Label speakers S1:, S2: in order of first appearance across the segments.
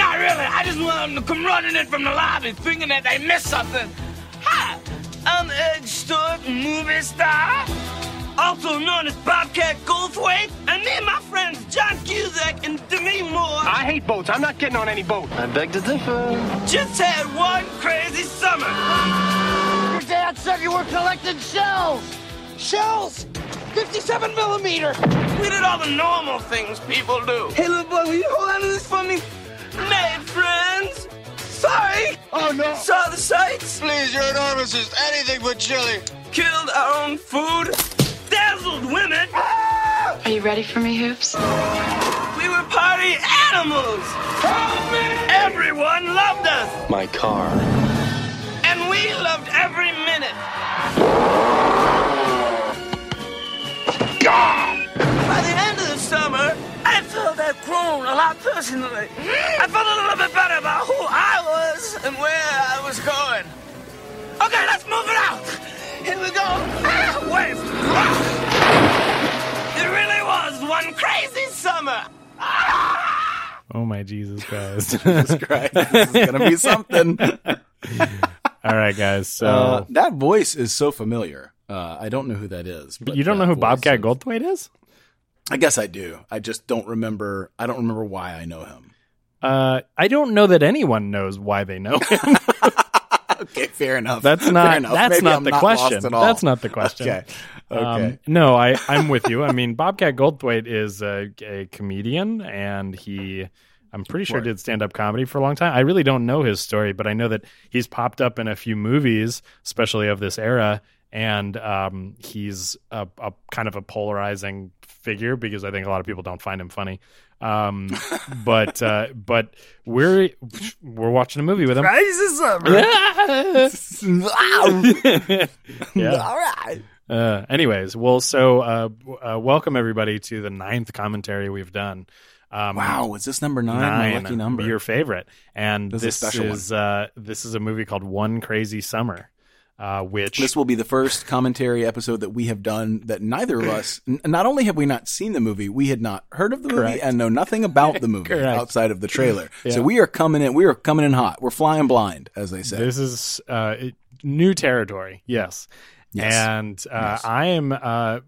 S1: I just want them to come running in from the lobby thinking that they missed something. Hi, I'm Ed Stewart, movie star, also known as Bobcat Goldthwait, and me and my friends John Cusack and Demi Moore
S2: I hate boats. I'm not getting on any boat.
S3: I beg to differ.
S1: just had one crazy summer.
S4: Your dad said you were collecting shells. Shells? 57 millimeter.
S1: We did all the normal things people do. Hey, little boy, will you hold on to this for me? Made friends. Sorry.
S4: Oh, no.
S1: Saw the sights.
S3: Please, you're an armist. Anything but chili.
S1: Killed our own food. Dazzled women.
S4: Ah!
S5: Are you ready for me, Hoops?
S1: We were party animals. Everyone loved us.
S3: My car.
S1: And we loved every minute. By the end of the summer, I felt that grown a lot personally. I felt a little bit better about who I was and where I was going. Okay, let's move it out. Here we go. Ah, wave. Ah. It really was one crazy summer.
S6: Oh my Jesus Christ!
S7: Christ, this is gonna be something.
S6: All right, guys. So
S7: Uh, that voice is so familiar. Uh, I don't know who that is. But
S6: you don't know
S7: that
S6: who
S7: voice
S6: Bobcat
S7: is-
S6: Goldthwait is?
S7: I guess I do. I just don't remember. I don't remember why I know him.
S6: Uh, I don't know that anyone knows why they know him.
S7: Okay, fair enough.
S6: That's
S7: Fair
S6: not.
S7: enough.
S6: That's
S7: Maybe
S6: not
S7: I'm
S6: the
S7: lost
S6: question.
S7: at all.
S6: That's not the question.
S7: Okay. Okay.
S6: Um, no, I I'm with you. I mean, Bobcat Goldthwait is a, a comedian, and he I'm pretty sure did stand up comedy for a long time. I really don't know his story, but I know that he's popped up in a few movies, especially of this era, and um, he's a, a kind of a polarizing figure because I think a lot of people don't find him funny. Um, but uh, but we're we're watching a movie with him. yeah. All right. Uh, anyways, well, so uh, w- uh, welcome everybody to the ninth commentary we've done. Um,
S7: wow, was this number nine? My
S6: nine,
S7: lucky number.
S6: your favorite, and
S7: This
S6: this,
S7: is a special one.
S6: is uh, this is a movie called One Crazy Summer, uh, which
S7: This will be the first commentary episode that we have done that neither of us. n- not only have we not seen the movie, we had not heard of the movie
S6: Correct.
S7: and know nothing about the movie
S6: Correct.
S7: outside of the trailer.
S6: Yeah.
S7: So we are coming in. We are coming in hot. We're flying blind, as they say.
S6: This is uh, it- new territory. Yes.
S7: Yes.
S6: And uh, I am uh,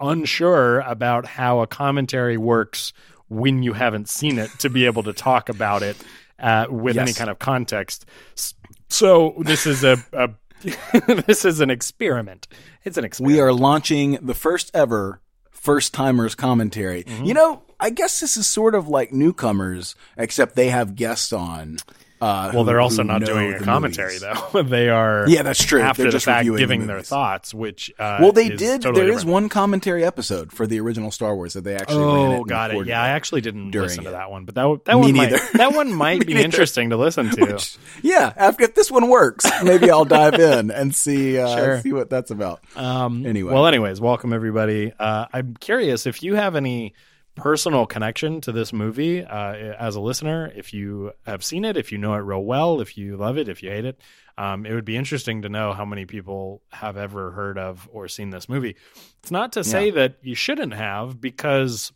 S6: unsure about how a commentary works when you haven't seen it to be able to talk about it uh, with any
S7: Yes.
S6: kind of context. S- So this is a, a this is an experiment. It's an experiment.
S7: we are launching the first ever first timers commentary.
S6: Mm-hmm.
S7: You know, I guess this is sort of like newcomers, except they have guests on. Uh,
S6: well,
S7: who-
S6: they're also
S7: who
S6: not
S7: know
S6: doing a
S7: the
S6: commentary
S7: movies.
S6: though. they are
S7: Yeah, that's true.
S6: After
S7: They're
S6: the
S7: just
S6: fact,
S7: reviewing the
S6: giving their
S7: movies.
S6: thoughts, which uh,
S7: Well, they
S6: is
S7: did. There is
S6: Totally different.
S7: one commentary episode for the original Star Wars that they actually. ran it
S6: Oh,
S7: and
S6: got it.
S7: recorded
S6: Yeah, I actually didn't
S7: during
S6: listen to
S7: it.
S6: that one, but that w- that
S7: Me
S6: one might,
S7: neither.
S6: that one might be
S7: neither.
S6: interesting to listen to.
S7: Which- yeah, after if this one works, maybe I'll dive in and see uh,
S6: Sure.
S7: see what that's about. Um, anyway,
S6: Well, anyways, welcome everybody. Uh, I'm curious if you have any personal connection to this movie uh, as a listener. If you have seen it, if you know it real well, if you love it, if you hate it, um, it would be interesting to know how many people have ever heard of or seen this movie. It's not to say that you shouldn't have, because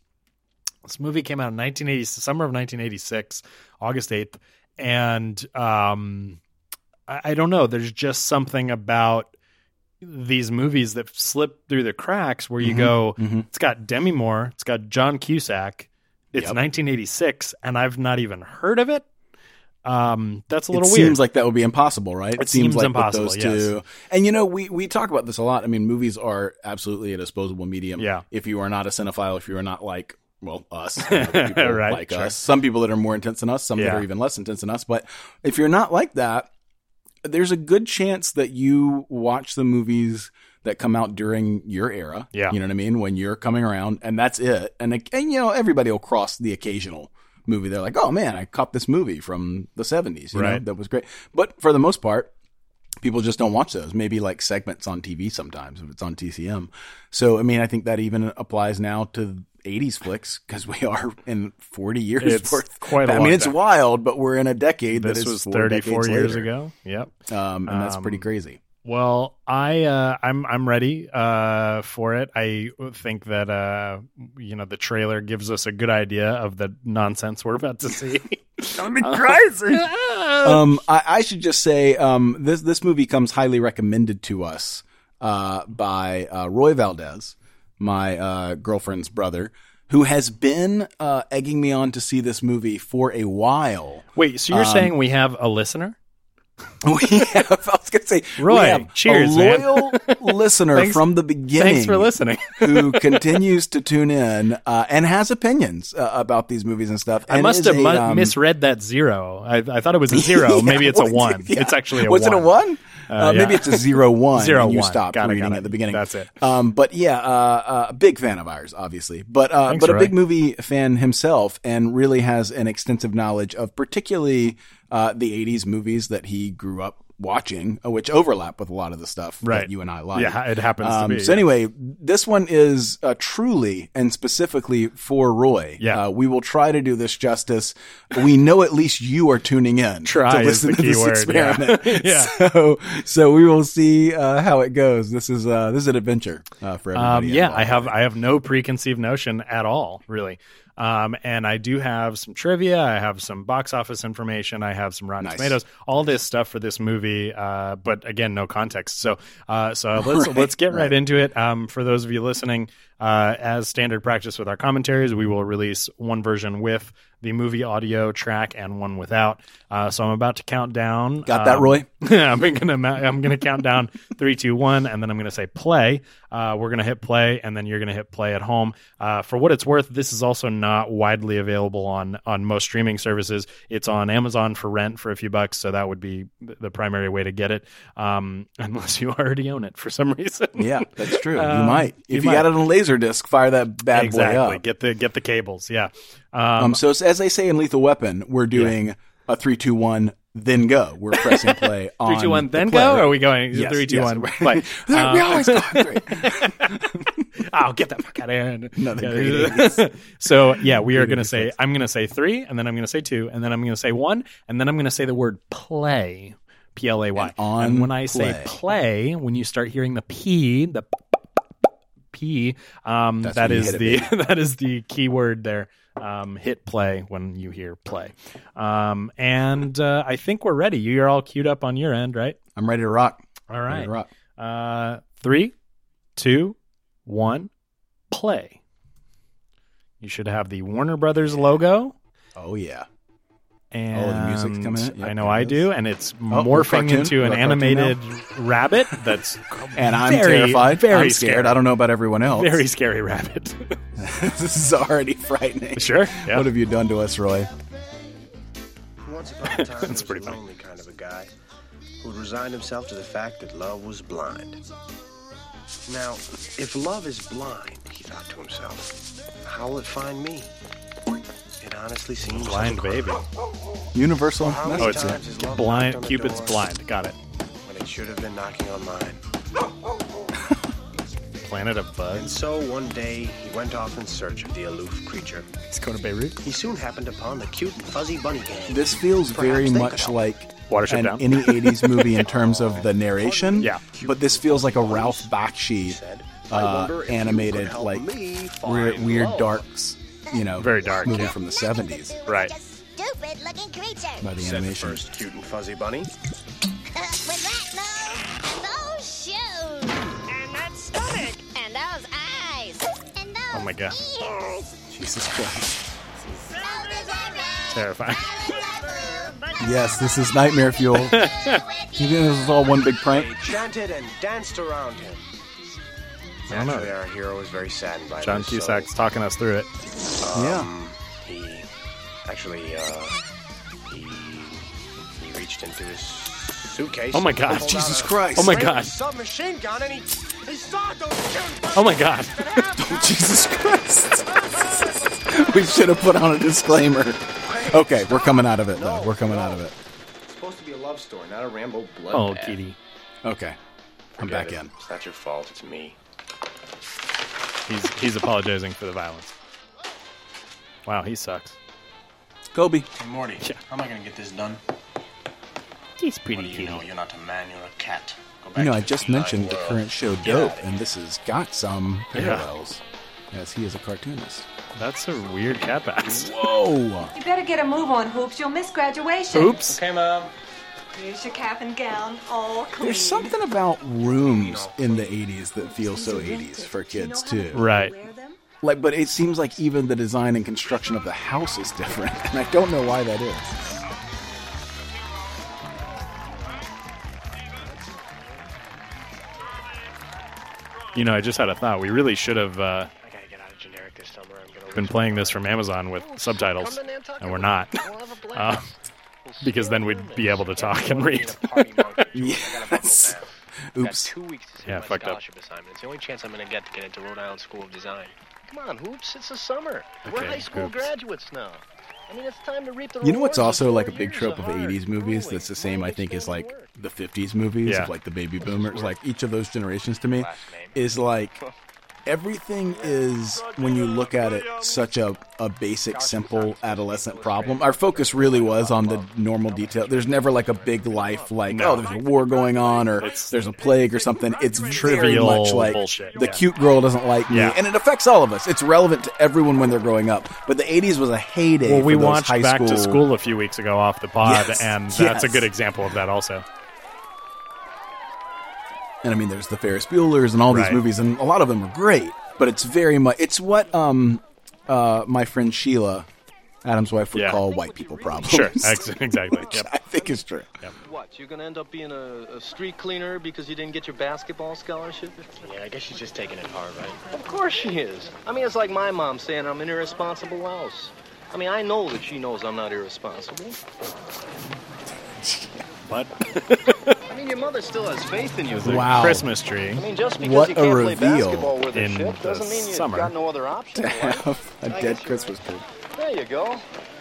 S6: this movie came out in 1980, summer of 1986, August 8th, and um, I, I don't know. There's just something about these movies that slip through the cracks where you
S7: Mm-hmm.
S6: go, it's got Demi Moore, it's got John Cusack, it's 1986, and I've not even heard of it. Um, that's a
S7: it
S6: little weird.
S7: seems like that would be impossible, right?
S6: It seems
S7: like with
S6: impossible,
S7: Those two, and you know, we we talk about this a lot. I mean, movies are absolutely a disposable medium.
S6: Yeah.
S7: If you are not a cinephile, if you are not like well us, you know, people
S6: Right,
S7: like
S6: sure.
S7: us, some people that are more intense than us, some that
S6: Yeah.
S7: are even less intense than us. But if you're not like that, there's a good chance that you watch the movies that come out during your era.
S6: Yeah.
S7: You know what I mean? When you're coming around and that's it. And, like, and you know, everybody will cross the occasional movie. They're like, oh man, I caught this movie from the 70s. You
S6: Right.
S7: Know? That was great. But for the most part, people just don't watch those. Maybe like segments on TV sometimes if it's on TCM. So, I mean, I think that even applies now to 80s flicks because we are in 40 years
S6: It's
S7: worth.
S6: quite a
S7: I
S6: long
S7: mean, it's
S6: time.
S7: wild, but we're in a decade that
S6: this
S7: is
S6: was
S7: four
S6: 34
S7: decades
S6: years
S7: later.
S6: ago. Yep.
S7: Um, and that's
S6: Um,
S7: pretty crazy.
S6: Well, I uh, I'm I'm ready uh, for it. I think that uh, you know the trailer gives us a good idea of the nonsense we're about to see. Oh,
S8: That'd be crazy.
S7: um, I, I should just say um, this this movie comes highly recommended to us uh, by uh, Roy Valdez, my uh, girlfriend's brother, who has been uh, egging me on to see this movie for a while.
S6: Wait, so you're
S7: Um,
S6: saying we have a listener?
S7: We have, I was going to say, we
S6: Roy,
S7: have
S6: cheers,
S7: a
S6: man.
S7: loyal listener
S6: Thanks-
S7: from the beginning.
S6: Thanks for listening.
S7: who continues to tune in uh, and has opinions uh, about these movies and stuff.
S6: I
S7: and
S6: must
S7: is
S6: have
S7: a,
S6: mu-
S7: um,
S6: misread that zero. I, I thought it was a zero.
S7: Yeah,
S6: Maybe it's a
S7: what-
S6: one.
S7: yeah.
S6: It's actually a
S7: was
S6: one.
S7: it a one? Uh,
S6: yeah.
S7: Maybe it's a zero one.
S6: Zero
S7: and you
S6: one.
S7: stopped
S6: Got it,
S7: reading
S6: got it.
S7: at the beginning.
S6: That's it.
S7: Um, but yeah, uh, uh, a big fan of ours, obviously, but uh,
S6: Thanks,
S7: but a
S6: Roy.
S7: big movie fan himself, and really has an extensive knowledge of particularly uh, the '80s movies that he grew up watching, uh, which overlap with a lot of the stuff
S6: Right.
S7: that you and I like. Um,
S6: Yeah, it happens to be,
S7: So
S6: yeah.
S7: anyway, this one is uh, truly and specifically for Roy.
S6: Yeah.
S7: Uh, we will try to do this justice. We know at least you are tuning in
S6: Try
S7: to
S6: is
S7: listen
S6: the
S7: to
S6: key
S7: this
S6: word, yeah.
S7: experiment.
S6: Yeah.
S7: So, so we will see uh, how it goes. This is uh, this is an adventure uh, for
S6: Um,
S7: everybody.
S6: yeah,
S7: involved.
S6: I have I have no preconceived notion at all, really. Um, and I do have some trivia. I have some box office information. I have some Rotten
S7: Nice.
S6: Tomatoes. All this stuff for this movie, uh, but again, no context. So, uh, so let's let's get right, into it. Um, for those of you listening, uh, as standard practice with our commentaries, we will release one version with the movie audio track and one without. Uh, so I'm about to count down.
S7: Got that,
S6: um,
S7: Roy?
S6: I'm gonna ma- I'm gonna count down three, two, one, and then I'm gonna say play. Uh, we're gonna hit play, and then you're gonna hit play at home. Uh, for what it's worth, this is also not widely available on on most streaming services. It's on Amazon for rent for a few bucks, so that would be th- the primary way to get it, um, unless you already own it for some reason.
S7: Yeah, that's true. you
S6: Um,
S7: might.
S6: you
S7: If you, got
S6: might.
S7: it on Laserdisc, fire that bad boy
S6: exactly.
S7: up.
S6: Get the get the cables. Yeah.
S7: Um, so it's- as they say in Lethal Weapon, we're doing a three, two, one, then go. We're pressing play on
S6: Three, two, one,
S7: the
S6: then
S7: play.
S6: go. Or are we going
S7: Yes,
S6: three, two,
S7: yes.
S6: one? Play. Um, Uh,
S7: we always go on three.
S6: I'll Oh, get that fuck out of here.
S7: Another
S6: so yeah, we are going to say I'm going to say three, and then I'm going to say two, and then I'm going to say one, and then I'm going to say the word play, P L A Y.
S7: And on
S6: And when I say
S7: play.
S6: play, when you start hearing the P, the p- p, um,
S7: That's
S6: that
S7: when you
S6: is
S7: hit
S6: the that is the key word there. Um, hit play when you hear play, um, and uh, I think we're ready. You're all queued up on your end, right?
S7: I'm ready to rock.
S6: All
S7: Ready to rock.
S6: uh, three, two, one, play. You should have the Warner Brothers logo.
S7: Oh yeah.
S6: And
S7: the music's coming in. Yep,
S6: I know
S7: there
S6: I
S7: it Oh,
S6: do, and it's
S7: cartoon?
S6: morphing into an
S7: We're cartoon now?
S6: animated rabbit. That's
S7: And I'm
S6: very,
S7: terrified.
S6: Very
S7: I'm scared. I don't know about everyone else.
S6: Very scary rabbit.
S7: this is already frightening.
S6: sure. Yeah.
S7: What have you done to us, Roy?
S2: Once upon a time,
S6: That's
S2: That's
S6: pretty
S2: pretty
S6: funny.
S2: lonely kind of a guy who'd resigned himself to the fact that love was blind. Now, if love is blind, he thought to himself, how will it find me? It honestly seems
S6: blind baby.
S7: Universal.
S2: How many
S6: Oh, it's
S2: times has love knocked on
S6: blind.
S2: the
S6: Cupid's
S2: door
S6: blind. Got it.
S2: When it should have been knocking on mine.
S6: Planet of
S2: And
S6: Bugs.
S2: so one day he went off in search of the aloof creature.
S6: Let's go to Beirut.
S2: He soon happened upon the cute and fuzzy bunny gang.
S7: This feels
S2: Perhaps
S7: very
S2: they
S7: much
S2: could-
S7: like
S6: Watership
S7: an,
S6: Down.
S7: any '80s movie in terms of the narration.
S6: Yeah.
S7: But this feels like a Ralph Bakshi
S2: "I
S7: uh,
S2: wonder if you could
S7: animated,
S2: help
S7: like
S2: me
S7: weird,
S2: find
S7: weird
S2: love."
S7: darks. You know,
S6: Very dark,
S7: movie
S6: yeah.
S7: from the '70s
S6: Right.
S9: Stupid looking creature.
S7: by the
S2: Said the
S7: animation.
S2: first cute and fuzzy bunny.
S9: With that nose and those shoes. And that stomach. And those eyes. And those
S6: Oh my God.
S9: ears.
S7: Jesus Christ.
S9: Shoulders are red.
S6: Terrifying.
S7: Yes, this is nightmare fuel. you think this is all one big prank?
S2: They chanted and danced around him.
S6: I don't
S2: Naturally,
S6: know.
S2: our hero is very saddened by
S6: Oh, John
S2: this,
S6: Cusack's talking us through it.
S2: Um,
S7: Yeah.
S2: So he actually uh, he he reached into his suitcase.
S6: Oh my God,
S2: pulled
S6: Jesus
S2: out a
S7: Christ.
S6: Oh my
S2: straight
S6: God.
S2: Submachine gun, and he he saw those cute
S6: Oh my God.
S7: Jesus Christ. we should have put on a disclaimer. Okay, we're coming out of it, though. We're coming out of it.
S2: It's supposed to be a love story, not a Rambo blood.
S6: Oh,
S2: bath.
S6: kitty.
S7: Okay. I'm
S2: Forget
S7: back
S2: it.
S7: in.
S2: It's not your fault. It's me.
S6: He's he's apologizing for the violence. Wow, he sucks.
S7: Kobe.
S2: Hey, Morty. How am I gonna get this done?
S6: He's pretty
S2: You know, you're not a man. You're a cat. Go back
S7: You know,
S2: to
S7: I
S2: the
S7: just
S2: feline
S7: mentioned the
S2: world.
S7: current show
S2: Get out
S7: Dope,
S2: of here.
S7: and this has got some parallels as he is a cartoonist.
S6: That's a weird cat pass.
S7: Whoa.
S8: You better get a move on, Hoops. You'll miss graduation.
S6: Oops.
S10: Okay, Mom.
S8: Here's your cap and gown, all clean.
S7: There's something about rooms in the 80s that feel so 80s for kids, too.
S6: Right.
S8: Wear them?
S7: Like, but it seems like even the design and construction of the house is different, and I don't know why that is.
S6: You know, I just had a thought. We really should have uh,
S2: I gotta get out of generic this summer. I'm gonna
S6: been playing this from Amazon with subtitles, and we're not, uh, because then we'd be able to talk and read.
S7: Yes. Oops.
S2: Two weeks to submit
S6: Yeah,
S2: my
S6: fucked up.
S2: scholarship assignment. It's the only chance I'm gonna get to get into Rhode Island School of Design. Come on, hoops! It's the summer. We're
S6: Okay,
S2: high school
S6: hoops.
S2: graduates now. I mean, it's time to reap the
S7: You know what's
S2: rewards
S7: also
S2: of four
S7: like a big
S2: years
S7: trope of
S2: hard
S7: 80s movies
S2: schooling,
S7: that's the same, I think, as
S2: money
S7: like
S2: spent
S7: the 50s movies,
S6: Yeah.
S7: of like the baby boomers. Like each of those generations to me is like everything is, when you look at it, such a, a basic, simple adolescent problem. Our focus really was on the normal detail. There's never like a big life, like,
S6: No.
S7: oh, there's a war going on or there's a plague or something. It's very
S6: Trivial
S7: much like
S6: bullshit.
S7: the
S6: Yeah.
S7: cute girl doesn't like me.
S6: Yeah.
S7: And it affects all of us. It's relevant to everyone when they're growing up. But the 80s was a heyday.
S6: Well, we
S7: for those
S6: watched
S7: high
S6: Back to
S7: school
S6: School a few weeks ago off the pod,
S7: Yes,
S6: and
S7: yes.
S6: that's a good example of that also.
S7: and I mean, there's the Ferris Bueller's and all these
S6: Right.
S7: movies, and a lot of them are great. But it's very much it's what um, uh, my friend Sheila, Adam's wife, would
S6: Yeah.
S7: call white people problems.
S6: Sure, ex- exactly.
S7: Which
S6: Yep.
S7: I think is true.
S11: What, you're gonna end up being a, a street cleaner because you didn't get your basketball scholarship?
S2: work. Yeah, I guess she's just taking it hard, right?
S11: Of course she is. I mean, it's like my mom saying I'm an irresponsible louse. I mean, I know that she knows I'm not irresponsible.
S6: What?
S11: I mean, your mother still has faith in you.
S6: There's a
S7: Wow.
S6: Christmas tree.
S11: I mean, just because
S7: What
S11: you
S7: a
S11: can't play
S7: reveal
S11: basketball with her
S6: in
S11: shit doesn't
S6: the
S11: mean you've
S6: summer.
S11: got no other option. in life.
S7: a dead
S11: guess you're
S7: Christmas tree.
S11: There you go.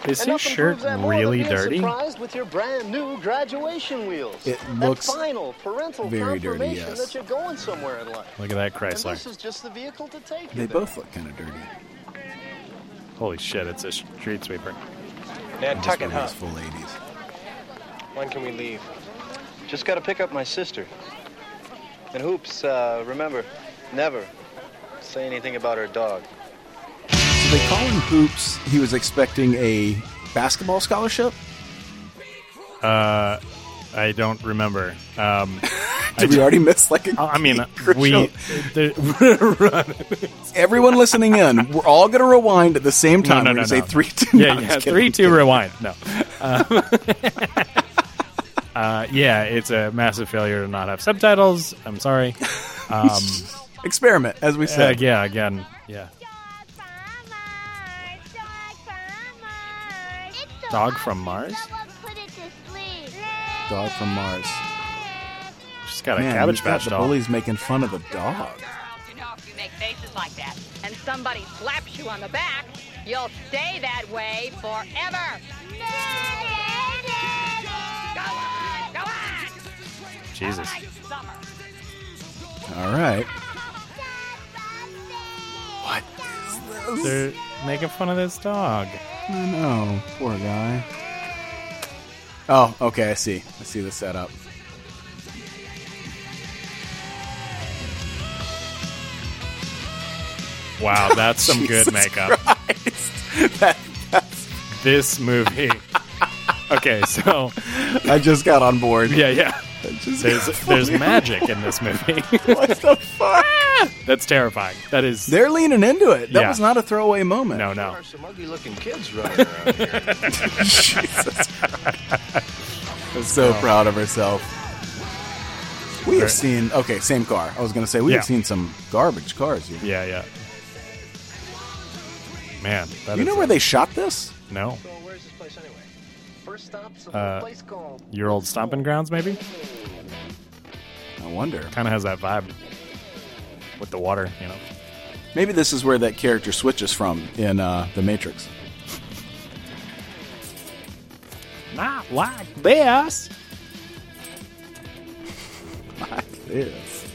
S6: Is his
S11: And nothing
S6: shirt
S11: proves that more than
S6: really
S11: being
S6: dirty?
S11: Surprised with your brand new graduation wheels.
S7: It
S11: That
S7: looks
S11: final parental
S7: very dirty,
S11: confirmation
S7: yes.
S11: that you're going somewhere in life.
S6: Look at that
S11: And this
S6: Chrysler.
S11: is just the vehicle to take you
S7: They
S11: there.
S7: both look kind of dirty.
S6: Holy shit, it's a street sweeper.
S7: Just one of those full ladies.
S11: When can we leave? Just got to pick up my sister. And Hoops, uh, remember, never say anything about her dog.
S7: So they call him Hoops. He was expecting a basketball scholarship.
S6: Uh, I don't remember. Um, I Uh,
S7: Did we
S6: ju-
S7: already miss like? A,
S6: I mean,
S7: Crucial.
S6: we. there-
S7: everyone listening in, we're all gonna rewind at the same time.
S6: no,
S7: We're
S6: no,
S7: gonna
S6: no.
S7: say three, two,
S6: yeah,
S7: no, I'm
S6: yeah.
S7: just kidding.
S6: Three, two, rewind. No. Uh, uh, yeah, it's a massive failure to not have subtitles. I'm sorry. Um,
S7: Experiment, as we
S6: uh,
S7: said.
S6: yeah, again, yeah. Dog from Mars?
S7: Dog from Mars.
S6: She's got a
S7: Man,
S6: cabbage
S7: we've got
S6: patch
S7: the
S6: doll.
S7: bullies making fun of a dog.
S12: You know, if you make faces like that and somebody slaps you on the back, you'll stay that way forever. Go on, go on.
S6: Jesus.
S12: All right, summer.
S7: All right. What is this?
S6: They're making fun of this dog.
S7: I know. Poor guy. Oh, okay. I see. I see the setup.
S6: Wow, that's some good makeup. This movie. Okay, so
S7: I just got on board.
S6: yeah, yeah.
S7: Just-
S6: There's there's magic in this movie.
S7: what the fuck?
S6: that's terrifying. That is
S7: They're leaning into it. That
S6: Yeah.
S7: was not a throwaway moment.
S6: no, no.
S11: There are some ugly-looking kids running around here.
S7: I'm so proud of herself. We have seen okay, same car. I was gonna say we
S6: Yeah.
S7: have seen some garbage cars here.
S6: Yeah, yeah. Man, that
S7: You
S6: is
S7: know
S6: a-
S7: where they shot this?
S6: No,
S11: So where's this place anyway? First stop's a
S6: Uh,
S11: little place called...
S6: your old stomping grounds maybe
S7: I wonder.
S6: kind of has that vibe with the water, you know.
S7: Maybe this is where that character switches from in uh, The Matrix.
S6: Not like this.
S7: Yes.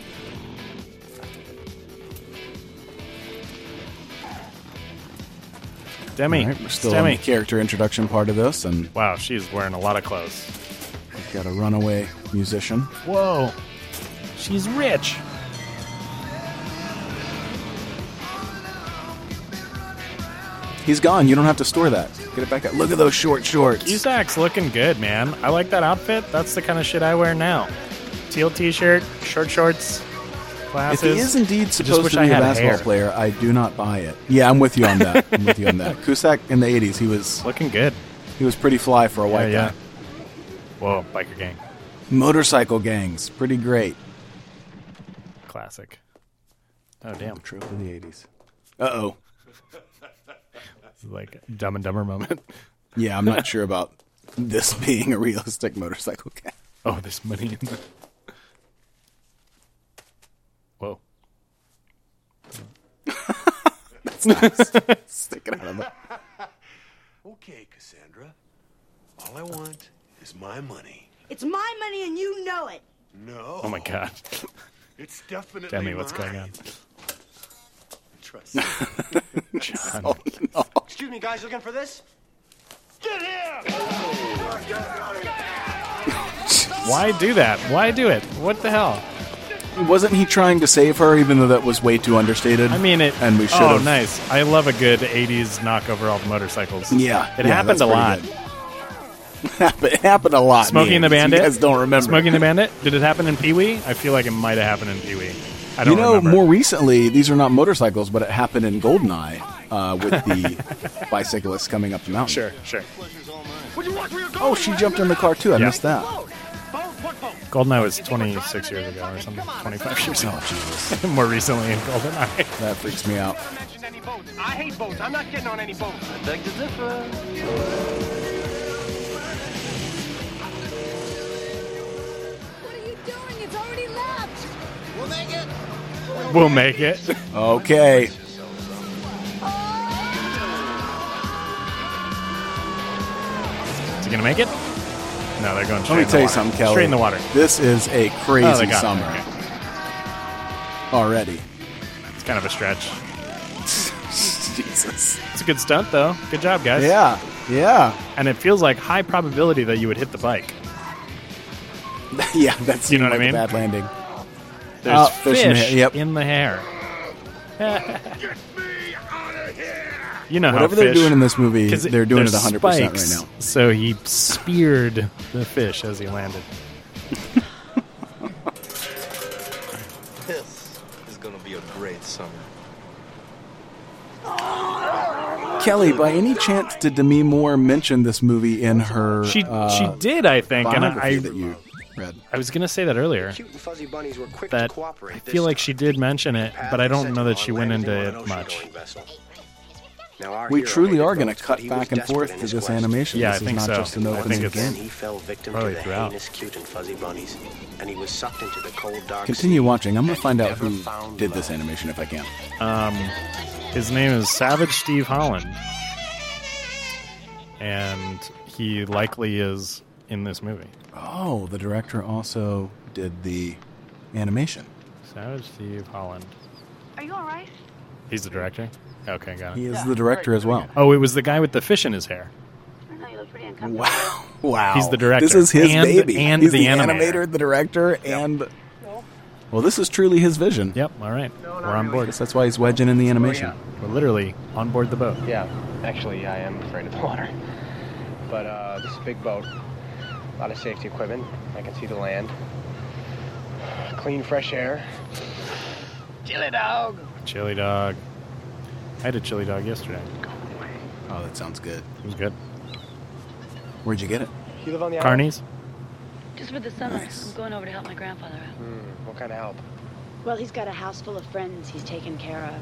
S6: Demi,
S7: we're still
S6: Demi.
S7: in the character introduction part of this, and
S6: Wow, she's wearing a lot of clothes.
S7: we've got a runaway musician.
S6: Whoa, she's rich.
S7: He's gone. You don't have to store that. Get it back out. Look at those short shorts.
S6: Cusack's looking good, man. I like that outfit. That's the kind of shit I wear now. Teal t-shirt, short shorts,
S7: If
S6: glasses.
S7: he is indeed
S6: I just
S7: supposed
S6: wish
S7: to
S6: I
S7: be a
S6: had
S7: basketball
S6: hair.
S7: player, I do not buy it. Yeah, I'm with you on that. I'm with you on that. Cusack in the '80s, he was
S6: looking good.
S7: He was pretty fly for a white
S6: yeah.
S7: guy.
S6: Whoa, biker gang.
S7: Motorcycle gangs, pretty great.
S6: Classic. Oh damn.
S7: Trope of the '80s. Uh oh.
S6: Like Dumb and Dumber moment.
S7: Yeah, I'm not sure about this being a realistic motorcycle gang.
S6: Oh, there's money in the. Whoa.
S7: That's nice. Sticking out of the.
S13: Okay, Cassandra. All I want is my money.
S14: It's my money and you know it.
S13: No.
S6: Oh my god.
S13: It's definitely
S6: Demi, what's
S13: mine.
S6: going on?
S13: Trust me.
S6: John.
S7: Oh,
S2: Excuse me, guys, looking for this? Get here!
S6: Why do that? Why do it? What the hell?
S7: Wasn't he trying to save her, even though that was way too understated? I
S6: mean it,
S7: and we should
S6: Oh,
S7: have.
S6: nice. I love a good 80s knockover of motorcycles.
S7: Yeah,
S6: It
S7: yeah,
S6: happened
S7: that's
S6: a
S7: pretty
S6: lot.
S7: It happened a lot.
S6: Smoking
S7: man.
S6: the Bandit?
S7: You guys don't remember.
S6: Smoking the Bandit? Did it happen in Pee Wee? I feel like it might have happened in Pee Wee. I don't
S7: you know,
S6: remember.
S7: more recently, these are not motorcycles, but it happened in Goldeneye uh, with the bicyclists coming up the mountain.
S6: Sure, sure.
S7: Oh, she jumped in the car too. I
S6: Yeah.
S7: missed that. Oh,
S6: Goldeneye was 26 years ago or something. 25 years ago. more recently in Goldeneye.
S7: That freaks me out.
S10: I hate boats. I'm not getting on any boat. I beg to differ.
S9: What are you doing? It's already left. We'll make it.
S6: We'll make it.
S7: Okay.
S9: Oh.
S6: Is he going to make it? No, they're going straight
S7: Let
S6: in
S7: me
S6: the
S7: tell you
S6: water.
S7: something, Kelly.
S6: Straight in the water.
S7: This is a crazy
S6: Oh, they got it.
S7: summer already.
S6: It's kind of a stretch.
S7: Jesus.
S6: It's a good stunt, though. Good job, guys.
S7: Yeah, yeah.
S6: And it feels like high probability that you would hit the bike.
S7: yeah, that's
S6: you know what I mean.
S7: Bad landing.
S6: There's
S7: Oh,
S6: fish
S7: fish in the hair. Yep.
S6: in the hair. You know
S7: Whatever
S6: how
S7: they're
S6: fish-
S7: doing in this movie,
S6: 'cause
S7: they're doing it
S6: there's
S7: 100% right
S6: spikes,
S7: now.
S6: So he speared the fish as he landed.
S11: This is gonna be a great summer.
S7: Kelly, by any chance, did Demi Moore mention this movie in her?
S6: She
S7: uh,
S6: she did, I think, and I
S7: biography that you read.
S6: I was gonna say that earlier.
S2: Cute and fuzzy bunnies were quick to
S6: That
S2: cooperate.
S6: I feel like she did mention it, but I don't know that she went into it much.
S2: Now, our
S7: We
S2: hero
S7: truly
S2: made
S7: are
S2: it
S7: going to
S2: votes, but
S7: cut
S2: he was
S7: back and
S2: desperate
S7: forth
S2: in
S7: to
S2: his
S7: this
S2: quest.
S7: animation.
S6: Yeah, I
S7: this is
S6: think
S7: not
S6: so.
S7: just an
S6: I
S7: opening
S6: think it's-
S2: Again,
S7: again.
S2: he fell victim to
S6: probably
S2: the
S6: throughout.
S2: heinous, cute and fuzzy bunnies, and he was sucked into the cold, dark
S7: Continue
S2: sea.
S7: watching. I'm going to find out who did this animation if I can.
S6: Um, his name is Savage Steve Holland, and he likely is in this movie.
S7: Oh, the director also did the animation.
S6: Savage Steve Holland.
S5: Are you all right?
S6: He's the director. Okay, got it.
S7: He is the director as well.
S6: Oh, it was the guy with the fish in his hair.
S5: I know you look pretty uncomfortable.
S7: Wow. Wow.
S6: He's the director.
S7: This is his
S6: And-
S7: baby.
S6: and
S7: He's
S6: the animator.
S7: the director, and. Well, this is truly his vision.
S6: Yep, all right. We're on board. Oh,
S7: That's why he's wedging in the animation.
S6: We're literally on board the boat.
S11: Yeah, actually, I am afraid of the water. But uh, this is a big boat. A lot of safety equipment. I can see the land. Clean, fresh air.
S1: Chili dog.
S6: Chili dog. I had a chili dog yesterday.
S7: Oh, that sounds good.
S6: It was good.
S7: Where'd you get it?
S11: You live on the
S6: Carney's.
S5: Just for the summer, I'm going over to help my grandfather out.
S11: island? Hmm, what kind of help?
S5: Well, he's got a house full of friends he's taking care of.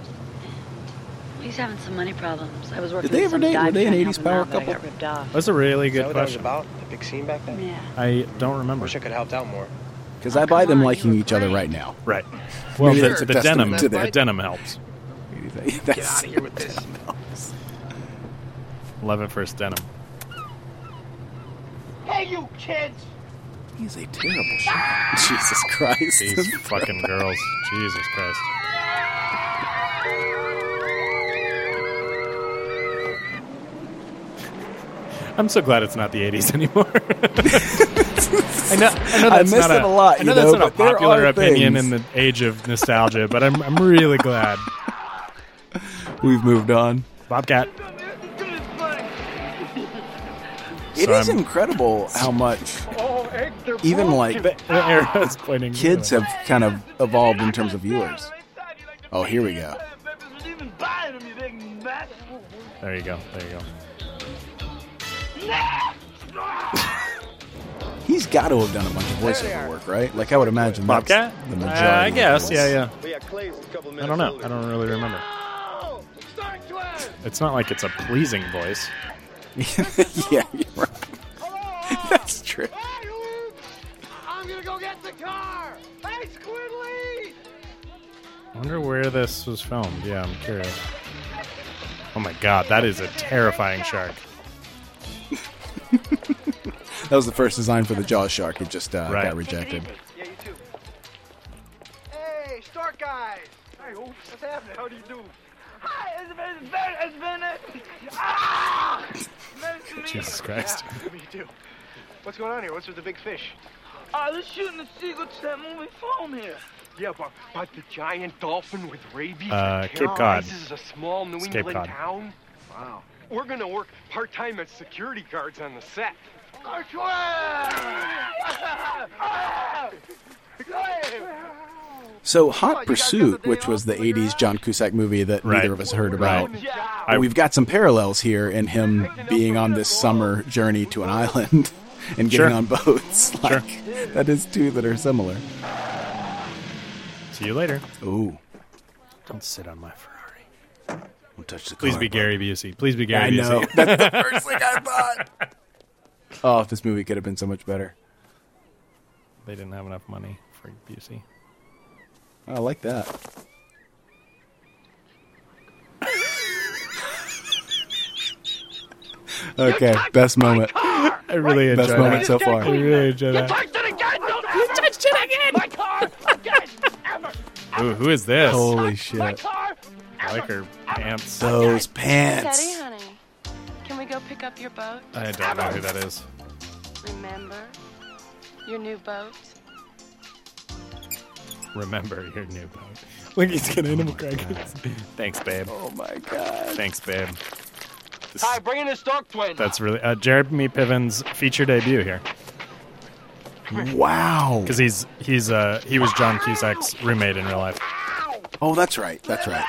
S5: And he's having some money problems. I was working
S7: they
S5: with
S7: ever
S5: some
S7: date?
S5: guy
S7: Were they an
S5: trying to
S7: 80s
S5: help him
S7: power
S5: out, but I got
S7: couple?
S5: ripped off.
S6: That's a really
S11: Is that
S6: good
S11: what that was
S6: question.
S11: about? The big scene back then?
S5: Yeah.
S6: I don't remember.
S11: Wish I could have helped out more.
S7: Because I buy them liking each other right now.
S6: Right. Well,
S7: Maybe
S6: the,
S7: that's a
S6: the
S7: testament
S6: denim,
S7: to
S6: the
S7: their-
S6: denim helps.
S7: Get out of here
S11: with this.
S6: Love at first denim.
S1: Hey, you kids.
S7: He's a terrible shot. Jesus Christ.
S6: These fucking girls. Jesus Christ. I'm so glad it's not the 80s anymore. I know, I know
S7: I
S6: that's
S7: miss
S6: not
S7: it a lot,
S6: I know
S7: you
S6: that's
S7: know,
S6: not a
S7: but there
S6: popular
S7: are
S6: opinion
S7: things.
S6: in the age of nostalgia, but I'm I'm really glad.
S7: We've moved on.
S6: Bobcat.
S7: It
S6: so
S7: is
S6: I'm-
S7: incredible how much, even like
S6: Aaron's pointing.
S7: kids have kind of evolved in terms of viewers. Oh, here we go.
S6: There you go. There you go.
S7: He's got to have done a bunch of voiceover work, right? Like I would imagine. that's
S6: Bobcat?
S7: The
S6: Uh,
S7: majority.
S6: I guess.
S7: of
S6: Yeah,
S7: this.
S6: yeah. I don't know. I don't really remember. It's not like it's a pleasing voice.
S7: yeah, you're right. That's true.
S1: I'm gonna go get the car. Hey, Squidly!
S6: I wonder where this was filmed. Yeah, I'm curious. Oh my god, that is a terrifying shark.
S7: That was the first design for the Jaw Shark. It just uh,
S6: Right.
S7: got rejected.
S1: Hey, Stark guys! Hey, Oops, what's happening? How do you do? Hi, it's been, it's been, it's been, a- ah! Nice to meet you.
S6: Jesus Christ.
S10: Yeah, me too. What's going on here? What's with the big fish?
S1: Oh, they're shooting the sequel to that movie Foam here.
S10: Yeah, but, but the giant dolphin with rabies
S6: Uh,
S10: that
S6: Cape Cod.
S10: terrorizes a small New
S6: It's Cape
S10: England
S6: Cod.
S10: town? Wow. We're gonna work part-time as security guards on the set.
S7: So, Hot Pursuit, which was the '80s John Cusack movie that neither of us heard about,
S6: I-
S7: we've got some parallels here in him being on this summer journey to an island and getting
S6: Sure.
S7: on boats. Like, That is two that are similar.
S6: See you later.
S7: Ooh.
S6: Don't sit on my Ferrari.
S7: Don't touch the
S6: Please
S7: car,
S6: be
S7: bud.
S6: Gary Busey. Please be Gary
S7: I know.
S6: Busey.
S7: That's the first thing I thought. Oh, if this movie could have been so much better.
S6: They didn't have enough money for Busey.
S7: I like that. okay, best moment.
S6: I really enjoyed
S7: Best
S6: that.
S7: moment so far.
S6: I really enjoyed that.
S1: Touched it again! Don't you touched it again! My car! Again! Ever!
S6: Ooh, who is this?
S7: Holy shit.
S1: Car!
S6: I like her pants.
S7: Those
S15: Daddy,
S7: pants.
S15: honey, can we go pick up your boat?
S6: I don't know who that is.
S15: Remember your new boat?
S6: Remember your new boat. Look, he's got animal crackers. Thanks, babe.
S7: Oh my god.
S6: Thanks, babe.
S1: Hi, bring in the Stark twin.
S6: That's really uh, Jeremy Piven's feature debut here.
S7: Wow.
S6: Because he's he's uh he was John Cusack's roommate in real life.
S7: Oh, that's right. That's right.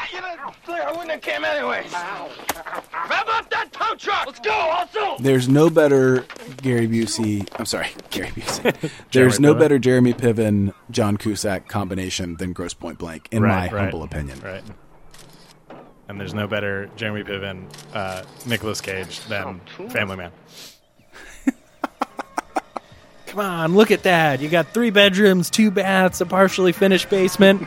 S1: I wouldn't have came anyway. Rev up that tow truck! Let's go, also!
S7: There's no better Gary Busey. I'm sorry, Gary Busey.
S6: Jeremy
S7: There's no
S6: Piven.
S7: better Jeremy Piven John Cusack combination than Gross Point Blank, in my
S6: Right, right,
S7: humble opinion.
S6: Right. And there's no better Jeremy Piven, uh, Nicolas Cage than Family Man. Come on, look at that. You got three bedrooms, two baths, a partially finished basement.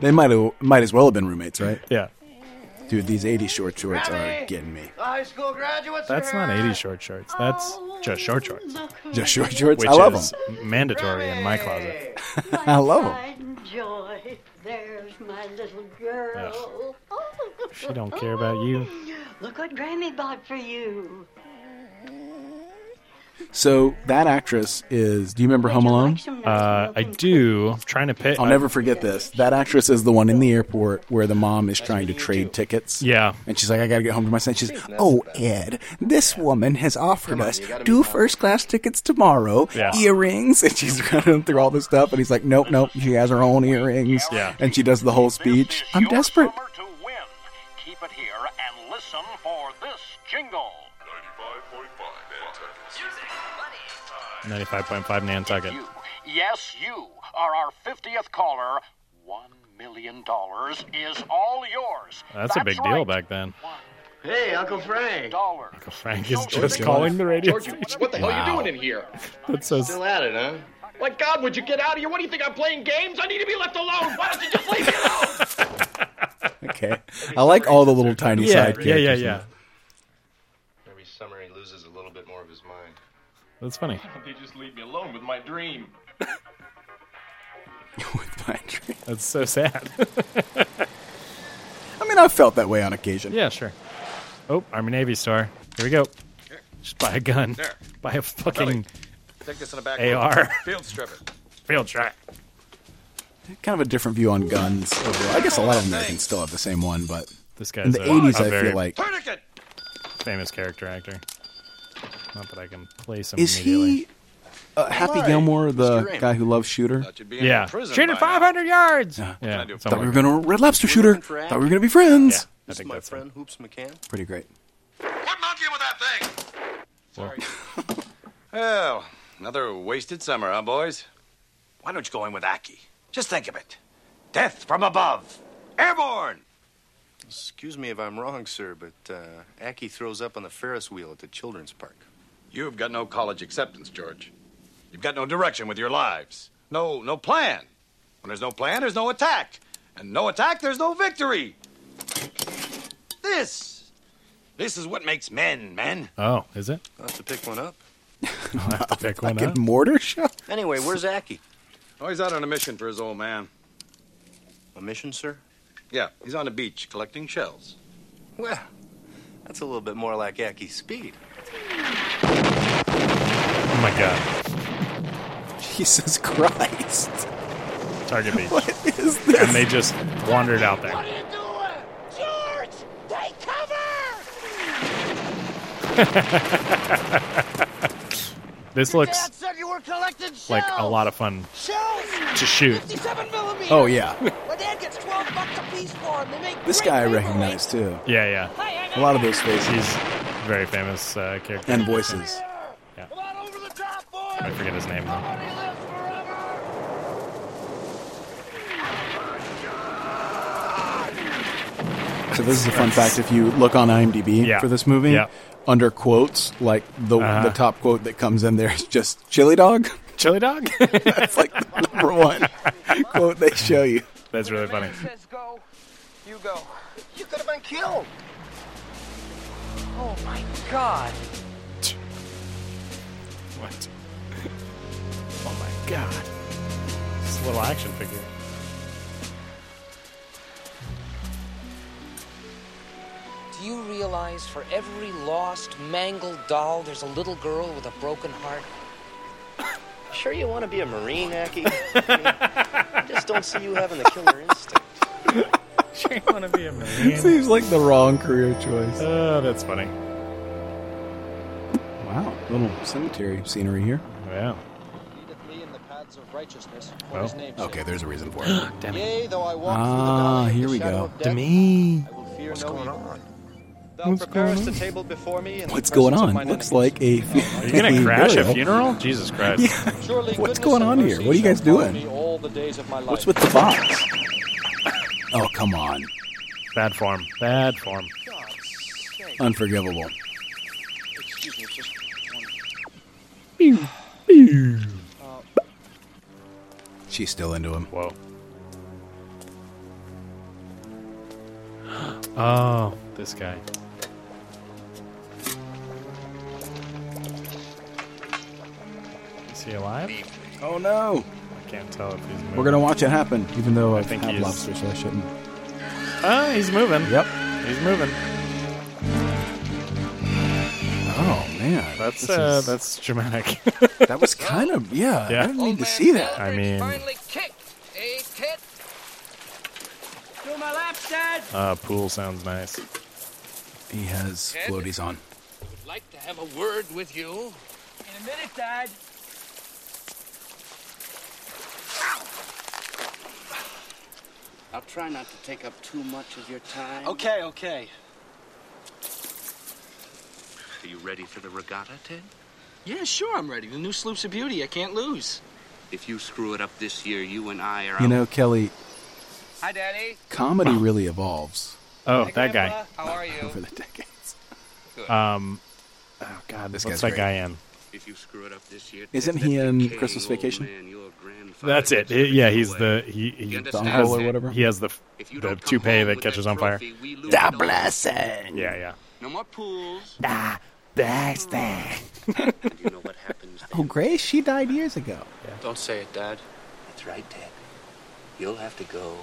S7: They might have, might as well have been roommates, right?
S6: Yeah.
S7: Dude, these '80s short shorts are getting me.
S1: The high school graduates
S6: That's not 80 short shorts. That's just short shorts.
S7: Just short shorts.
S6: Which
S7: I love
S6: is
S7: them.
S6: mandatory in my closet.
S7: I love them.
S14: Joy, there's my little girl.
S5: Oh,
S6: She don't care about you.
S14: Look what Grammy bought for you.
S7: So that actress is. Do you remember Home Alone?
S6: Uh, I do. I'm trying to pick.
S7: I'll never forget this. That actress is the one in the airport where the mom is trying to trade tickets.
S6: Yeah.
S7: And she's like, I gotta get home to my son. She's, oh, Ed, this woman has offered us two first class tickets tomorrow,
S6: Yeah.
S7: earrings. And she's running through all this stuff. And he's like, nope, nope, she has her own earrings.
S6: Yeah.
S7: And she does the whole speech. I'm desperate.
S16: Keep it here and listen for this jingle. 95.5 Nantucket.
S6: 95.5 Nantucket.
S16: Yes, you are our 50th caller. One million dollars is all yours.
S6: That's a big deal back then.
S16: Hey, Uncle Frank. Dollar.
S6: Frank is just calling the radio.
S16: what the
S6: hell you
S16: doing
S6: Wow.
S16: in
S1: here?
S6: That's so
S1: Still at it, huh? Like God, would you get out of here? What do you think I'm playing games? I need to be left alone. Why don't you just leave me alone?
S7: Okay. I like all the little tiny
S6: Yeah,
S7: side characters.
S6: yeah, yeah, yeah.
S11: Every summer he loses a little bit more of his mind.
S6: That's funny.
S10: They just leave me alone with my dream.
S7: With my dream.
S6: That's so sad.
S7: I mean, I've felt that way on occasion.
S6: yeah, sure. Oh, Army Navy store. Here we go. Just buy a gun.
S17: There.
S6: Buy a fucking
S17: Take this in the back.
S6: AR.
S17: Field strip it.
S6: field track.
S7: Kind of a different view on guns overall. I guess a lot of Americans still have the same one, but
S6: This
S7: in
S6: guy's
S7: the
S6: a,
S7: 80s,
S6: a
S7: I
S6: very
S7: feel like.
S6: famous character actor. Not that I can place him.
S7: Is
S6: immediately.
S7: he uh, Happy
S6: All right,
S7: Gilmore, the
S6: Mr. Raymond.
S7: guy who loves Shooter?
S6: Yeah, shooter 500 yards. Yeah,
S7: Thought we were going to Red Lobster Shooter. Thought we were going to be friends.
S6: I think that's
S11: friend Hoops McCann.
S7: Pretty great.
S1: Well, another wasted summer, huh, boys? Why don't you go in with Aki? Just think of it. Death from above. Airborne!
S11: Excuse me if I'm wrong, sir, but uh, Aki throws up on the Ferris wheel at the children's park.
S1: You've got no college acceptance, George. You've got no direction with your lives. No, no plan. When there's no plan, there's no attack. And no attack, there's no victory. This. This is what makes men, men.
S6: Oh, is it?
S11: I'll have to pick one up.
S6: I'll have to pick one up.
S7: mortar shot.
S11: Anyway, where's Aki?
S1: Oh, he's out on a mission for his old man.
S11: A mission, sir?
S1: Yeah, he's on the beach collecting shells.
S11: Well, that's a little bit more like Aki's speed.
S6: Oh my god.
S7: Jesus Christ.
S6: Target beach.
S7: What is
S6: this? And they just wandered out there. this looks
S18: said you were collecting shells.
S6: like a lot of fun
S18: Shells.
S6: to shoot.
S18: 57 millimeter.
S7: Oh, yeah.
S18: My dad gets 12 bucks a piece for 'em. They make
S7: This
S18: great
S7: guy I
S18: paper
S7: recognize too.
S6: Yeah, yeah.
S7: A lot of those faces
S6: He's a very famous uh, character.
S7: and voices.
S6: Yeah. I forget his name. Though.
S7: So this is a fun fact. If you look on IMDb
S6: Yeah.
S7: for this movie,
S6: Yeah.
S7: under quotes, like the
S6: Uh-huh.
S7: the top quote that comes in there is just "chili dog."
S6: Chili dog.
S7: That's like the number one quote they show you.
S6: That's really funny.
S19: says go, you go. You could have been killed. Oh my God.
S6: What? Oh my god. This little action figure.
S3: Do you realize for every lost, mangled doll, there's a little girl with a broken heart?
S11: Sure you want to be a Marine, Aki? I just don't see you having the killer instinct.
S6: Sure you want to be a
S7: Seems like the wrong career choice.
S6: Oh, that's funny.
S7: Wow, little cemetery scenery here.
S6: Yeah.
S7: Oh, Okay, there's a reason for it.
S6: Damn
S20: Yea, though I walk through the valley
S7: Ah,
S20: of
S7: here
S20: the
S7: we
S20: shadow
S7: go.
S20: of death,
S7: me.
S20: I will fear no evil.
S11: Thou preparest a table before me. And
S7: What's going on? Looks like a.
S6: Are you gonna crash a
S7: burial.
S6: funeral? Jesus Christ.
S7: Yeah. What's going on here? What are you guys doing? What's with the box? Oh come on!
S6: Bad form. Bad form.
S7: Uh, Unforgivable.
S20: Excuse me, just one.
S7: She's still into him.
S6: Whoa. Oh, this guy. Is he alive?
S7: Oh no!
S6: I can't tell if he's moving.
S7: We're gonna watch it happen, even though I,
S6: think
S7: have
S6: he is-
S7: lobster, so I shouldn't.
S6: Oh, he's moving.
S7: Yep.
S6: He's moving.
S7: Oh man,
S6: That's
S7: This
S6: uh,
S7: is-
S6: that's dramatic.
S7: that was kind of yeah. I didn't mean to see that.
S6: I mean,
S18: Do my lap, Dad.
S6: uh, pool sounds nice.
S7: He has floaties on.
S3: Would like to have a word with you.
S18: In a minute, Dad.
S3: I'll try not to take up too much of your time.
S20: Okay, okay.
S3: Are you ready for the regatta, Ted?
S20: Yeah, sure, I'm ready. The new sloop's a beauty. I can't lose.
S3: If you screw it up this year, you and I are
S7: You know, Kelly,
S3: Hi, Daddy.
S7: comedy really evolves
S6: Oh, that guy.
S3: How are you?
S7: over the decades.
S6: Um, oh God,
S7: This
S6: what's
S7: guy's
S6: that
S7: great.
S6: guy in?
S3: If you screw it up this year,
S7: Isn't he in Christmas Vacation?
S6: That's it. He- yeah, he's the he, he
S3: You understand?
S6: has
S3: Uncle or whatever?
S6: He has the the toupee that catches on fire.
S7: The blessing.
S6: Yeah, yeah.
S3: No more pools.
S7: The blessing.
S3: You know what happens.
S7: oh, Grace, she died years ago.
S3: Don't say it, Dad. That's right, Ted. You'll have to go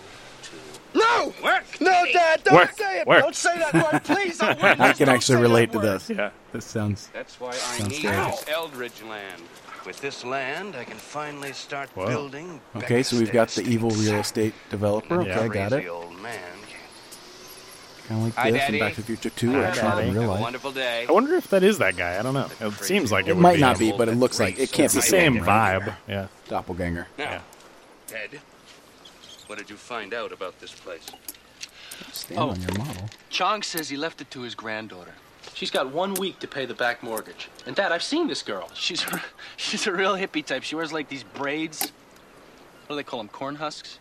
S3: to.
S20: No!
S3: Work!
S20: No, Dad, don't
S7: Work,
S20: say it!
S7: work.
S20: Don't say that word, please! I want
S7: I can
S20: don't
S7: actually
S20: say
S7: relate to
S20: that word.
S7: this. Yeah, this sounds.
S3: That's why I
S7: Sounds
S3: need
S7: good.
S3: this Eldridge land. With this land, I can finally start
S6: Whoa.
S3: building.
S7: Okay, so we've got the evil real estate developer. Okay,
S3: Yeah.
S7: I got
S3: Crazy
S7: it.
S3: old man.
S7: Kind of like
S21: Hi,
S7: this and
S21: Daddy.
S7: Back to the Future 2,
S21: Hi, Daddy.
S7: actually, in real
S21: Have a
S7: life.
S21: wonderful day.
S6: I wonder if that is that guy. I don't know. It seems like it,
S7: It
S6: would
S7: might
S6: be
S7: not
S6: him.
S7: be, but it looks like it can't
S6: It's
S7: be
S6: the same
S7: him.
S6: vibe. Yeah,
S7: doppelganger.
S22: Now, Ted, what did you find out about this place?
S7: Stand on your model.
S3: Chong says he left it to his granddaughter. She's got one week to pay the back mortgage. And Dad, I've seen this girl. She's a, she's a real hippie type. She wears like these braids. What do they call them? Corn husks.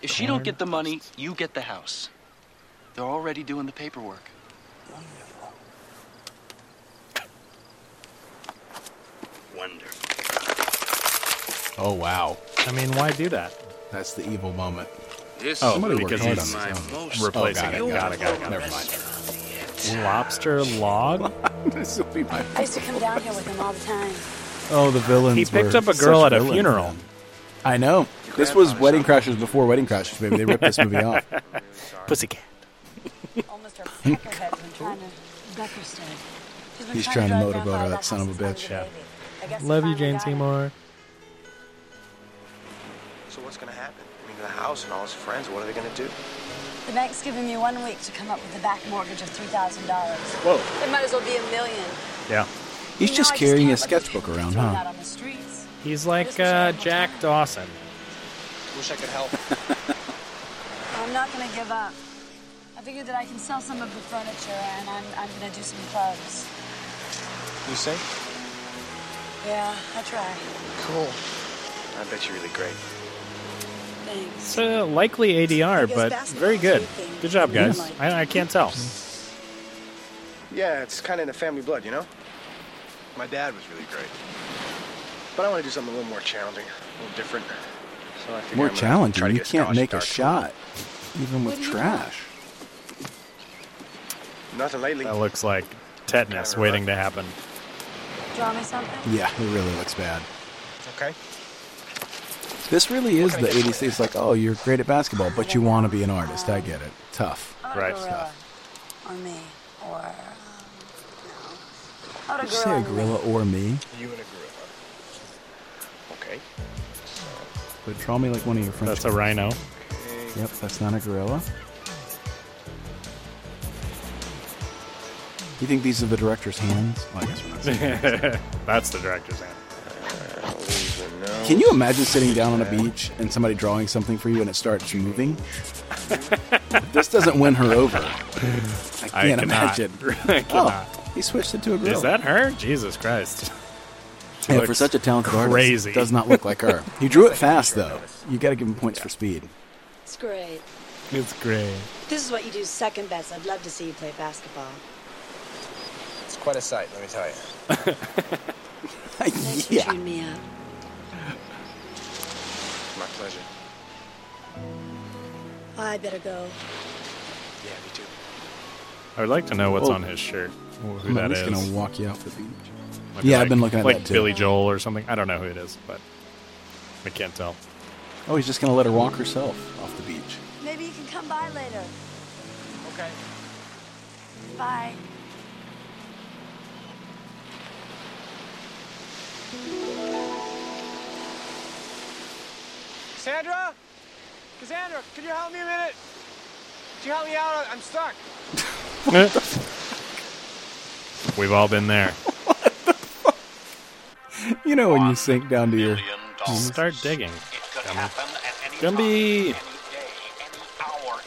S3: If she don't get the money, you get the house. They're already doing the paperwork.
S22: Wonderful.
S7: Oh wow!
S6: I mean, why do that?
S7: That's the evil moment.
S22: This
S6: Oh,
S7: Somebody
S6: because
S7: worked
S6: he's
S7: hard on this.
S6: most replacing
S7: oh, got
S6: it. Got it, got it,
S7: Got it.
S6: got it.
S7: Never mind.
S6: lobster log.
S7: this will be my.
S5: I used to come down here with him all the time.
S7: Oh, the villains.
S6: He picked
S7: were
S6: up a
S7: such
S6: girl at a
S7: villains
S6: funeral.
S7: then. I know. This was Wedding Crashers before Wedding Crashers, baby. They ripped this movie off.
S6: Pussycat.
S5: Almost a peckerhead's been trying to Beckerstead. She's been
S7: He's trying to
S5: drive
S7: motorboat
S5: Grandpa
S7: her, that
S5: back
S7: son of a
S5: since
S7: bitch.
S5: I
S7: Yeah.
S5: was baby. I guess he
S6: Love you,
S5: finally
S6: Jane
S5: got it.
S6: Seymour.
S2: So what's gonna happen? I mean, the house and all his friends, what are they gonna do?
S5: The bank's giving me one week to come up with a back mortgage of three thousand dollars.
S7: Whoa.
S5: It might as well be a million.
S6: Yeah.
S7: He's just carrying a sketchbook around,
S5: Throw that
S7: huh?
S5: on the streets.
S6: He's like uh, Jack Dawson.
S3: Wish I could help.
S5: I'm not gonna give up. I figured that I can sell some of the furniture and I'm, I'm gonna do some clubs.
S3: You say?
S5: Yeah, I try.
S3: Cool.
S2: I bet you're really great.
S5: Thanks.
S6: It's uh, likely ADR, but very good. Good job, guys. I, I can't tell.
S2: Yeah, it's kind of in the family blood, you know? My dad was really great. But I want to do something a little more challenging, a little different. So I figure
S7: More
S2: I'm gonna
S7: challenging.
S2: try to
S7: You
S2: get
S7: can't
S2: Scotch
S7: make a
S2: dark.
S7: shot, even
S2: What
S7: with
S2: do you
S7: trash.
S2: Nothing lately.
S6: That looks like tetanus waiting to happen.
S5: Draw me something?
S7: Yeah, it really looks bad.
S2: Okay.
S7: This really is the 80s. thing. It's like, oh, you're great at basketball, but you want to be an artist. I get it. Tough.
S5: How about a gorilla on me or um, no. How about
S7: Did
S5: a
S7: you say a
S5: gorilla on me?
S7: gorilla or me?
S2: You and a gorilla. Okay.
S7: But draw me like one of your friends.
S6: That's a rhino.
S7: Yep, that's not a gorilla. You think these are the director's hands? Well, I guess we're not seeing hands.
S6: That's the director's hand.
S7: Can you imagine sitting down on a beach and somebody drawing something for you and it starts moving? this doesn't win her over. I can't
S6: I cannot.
S7: imagine.
S6: I cannot.
S7: Oh, he switched it to a gorilla.
S6: Is that her? Jesus Christ. She
S7: Yeah, for
S6: looks
S7: such a talented artist,
S6: crazy.
S7: it does not look like her. He drew it fast though. You got to give him points for speed.
S5: It's great.
S6: It's great.
S5: This is what you do second best. I'd love to see you play basketball.
S3: It's quite a sight, let me tell you.
S5: Thanks for
S7: yeah.
S5: chewing me up.
S2: My pleasure.
S5: I better go.
S2: Yeah, me too.
S6: I would like to know what's
S7: Oh.
S6: on his shirt. Who
S7: I'm
S6: that
S7: at
S6: is.
S7: least gonna walk you out the beach.
S6: Might be
S7: Yeah,
S6: like-
S7: I've been looking at
S6: like
S7: that too.
S6: Billy Joel or something. I don't know who it is, but I can't tell.
S7: Oh, he's just gonna let her walk herself off the beach.
S5: Maybe you can come by later. Okay. Bye.
S1: Cassandra? Cassandra, can you help me a minute? Can you help me out? I'm stuck.
S6: We've all been there.
S7: You know when you sink down to your
S6: Start digging. Gumby.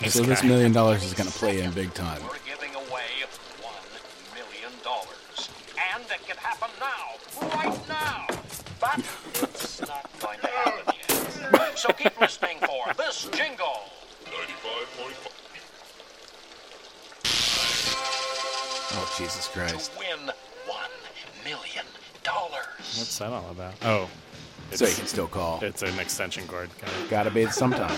S7: So this million dollars is gonna play in big time.
S16: Giving away one million dollars. And it can happen now, right now. But it's not going to happen yet. So keep listening for this jingle. 95.5.
S7: Oh Jesus Christ!
S16: Win one million dollars.
S6: What's that all about? Oh.
S7: So you can still call.
S6: It's an extension cord. Kind
S7: Gotta bathe sometime.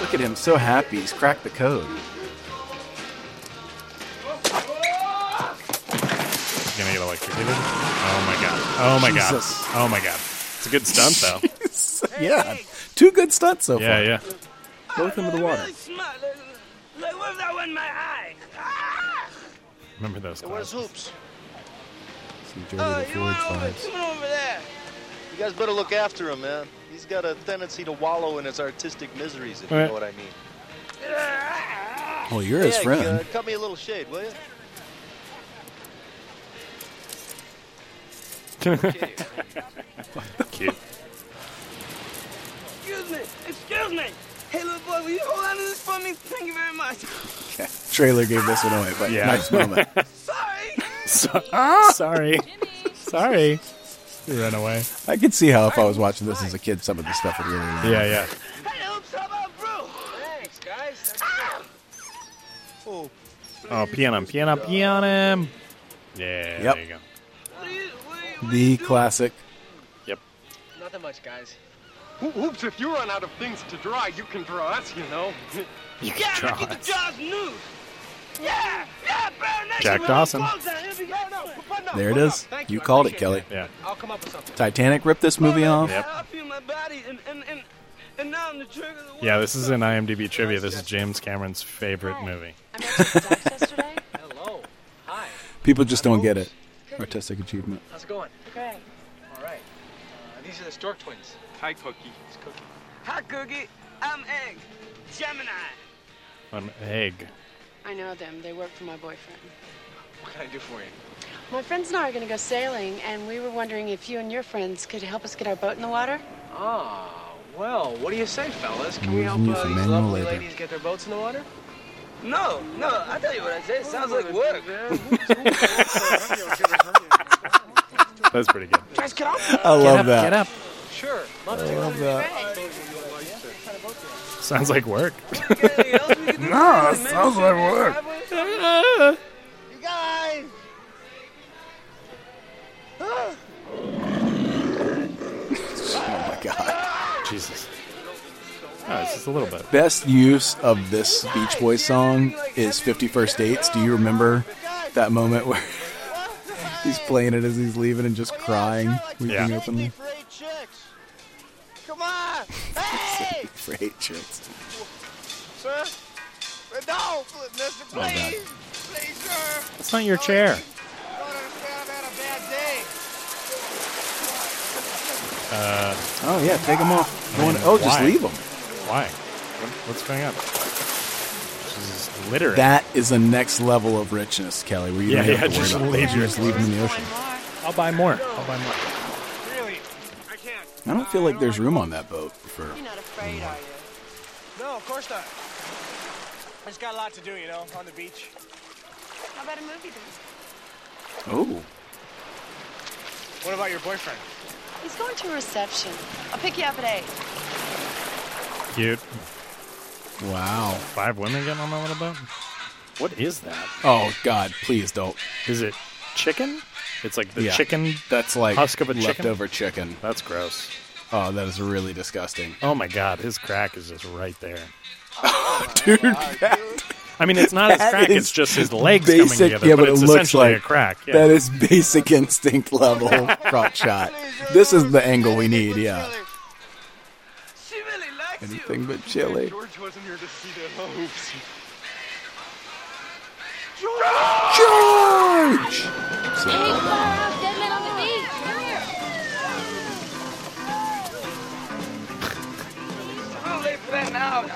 S7: Look at him, so happy. He's cracked the code.
S6: of gonna get electrocuted. Oh my god. Oh my
S7: Jesus.
S6: god. Oh my god. It's a good stunt though.
S7: yeah, two good stunts so
S6: yeah,
S7: far.
S6: yeah.
S7: Both into the water.
S21: Like, what if that went in my eye? Ah!
S6: Remember those
S21: Where's
S6: clouds.
S21: Hoops?
S7: Some Jerry the
S21: Uh,
S7: Forge vibes.
S21: over there.
S11: You guys better look after him, man. He's got a tendency to wallow in his artistic miseries, if you
S6: Alright.
S11: know what I mean.
S7: Well, you're his
S11: Hey,
S7: friend.
S11: uh, cut me a little shade, will you?
S6: Cute.
S21: Excuse me, excuse me. Hey, little boy, will you hold on to this for me? Thank you very much.
S7: Trailer gave this one away, but
S6: Yeah.
S7: nice moment.
S6: So- sorry. sorry. He ran away.
S7: I could see how if I was watching this as a kid, some of the stuff would really.
S6: Yeah, yeah.
S1: Thanks, guys.
S11: Oh,
S6: Oh, pee on him, pee on him, pee on him. Yeah,
S7: Yep.
S6: there you go.
S7: The classic.
S1: Nothing much, guys.
S10: Oops, if you run out of things to draw, you can draw us, you know.
S21: You yeah,
S10: draw
S21: look at the jaws news. Yeah, yeah, Baron Nation,
S7: Jack
S21: we're
S7: Dawson.
S21: on close down. Here we go. No, but no,
S7: There it
S21: but no.
S7: is.
S21: Thank
S7: You
S21: I
S7: called it,
S21: appreciate
S7: Kelly.
S21: that.
S6: Yeah.
S21: I'll come up with something.
S7: Titanic ripped this movie off.
S21: I feel my body, and, and, and, and now I'm the trigger. of the
S6: Yeah, this is an IMDb trivia. This is James Cameron's favorite movie.
S1: Hello. Hi.
S7: People just don't get it. Artistic achievement.
S1: How's it going? Great. All right. Uh, these are the Stork twins. Hi, Cookie. It's Cookie.
S21: Hi, Cookie. I'm Egg. Gemini.
S6: An egg.
S15: I know them. They work for my boyfriend.
S3: What can I do for you?
S15: My friends and I are going to go sailing, and we were wondering if you and your friends could help us get our boat in the water.
S3: Ah, well, what do you say, fellas? Can we
S7: Using
S3: help
S7: you
S3: uh,
S7: for
S3: these
S7: manual
S3: lovely
S7: labor.
S3: ladies get their boats in the water?
S21: No, no, I tell you what I say. Sounds like work.
S6: That's pretty good.
S21: Guys, get off.
S7: I love that.
S1: Sure.
S7: I love that.
S6: Sounds like work.
S1: No,
S7: Oh
S1: it sounds like work.
S6: You
S1: guys.
S7: Oh my god.
S6: Jesus. Oh, it's just a little bit.
S7: Best use of this Beach Boys song is 51st Dates. Do you remember that moment where he's playing it as he's leaving and just crying, weeping
S6: Yeah.
S7: openly?
S1: Great chicks. Come on. Hey,
S7: Great chicks.
S1: sir. No, Mister,
S6: Oh, God.
S1: please, please, sir.
S6: It's not your chair. Uh,
S7: oh, yeah, take them off. Go on- oh, just leave 'em.
S6: Why? What- what's going on? This is littering.
S7: That is the next level of richness, Kelly, where you
S6: Yeah,
S7: don't
S6: yeah,
S7: have to worry
S6: just
S7: about
S6: leave
S7: clothes. You
S6: your
S7: just leave them in the ocean.
S6: I'll buy more. I'll buy more.
S7: I don't feel like there's room on that boat for.
S1: afraid, are you? No, of course not. I just got a lot to do, you know, on the beach. How about a movie then?
S7: Oh,
S1: What about your boyfriend?
S15: He's going to a reception. I'll pick you up at 8.
S6: Cute.
S7: Wow.
S6: Five women getting on that little boat? What is that?
S7: Oh, God, please don't.
S6: Is it chicken? It's like the
S7: Yeah.
S6: chicken.
S7: That's like
S6: husk of a chicken.
S7: leftover chicken.
S6: That's gross.
S7: Oh, that is really disgusting.
S6: Oh my god, his crack is just right there.
S7: Dude, that-
S6: I mean, it's not his
S7: that
S6: crack;
S7: is
S6: it's just his legs
S7: basic,
S6: coming together.
S7: Yeah, but,
S6: it's
S7: it looks
S6: essentially
S7: like
S6: a crack. Yeah.
S7: That is basic instinct level crotch shot. This is the angle we need. Yeah. Anything but chili.
S10: George wasn't here to see the hopes.
S7: George!
S9: Hey, Clara, dead men on the beach. Come here.
S21: I'm late for that now.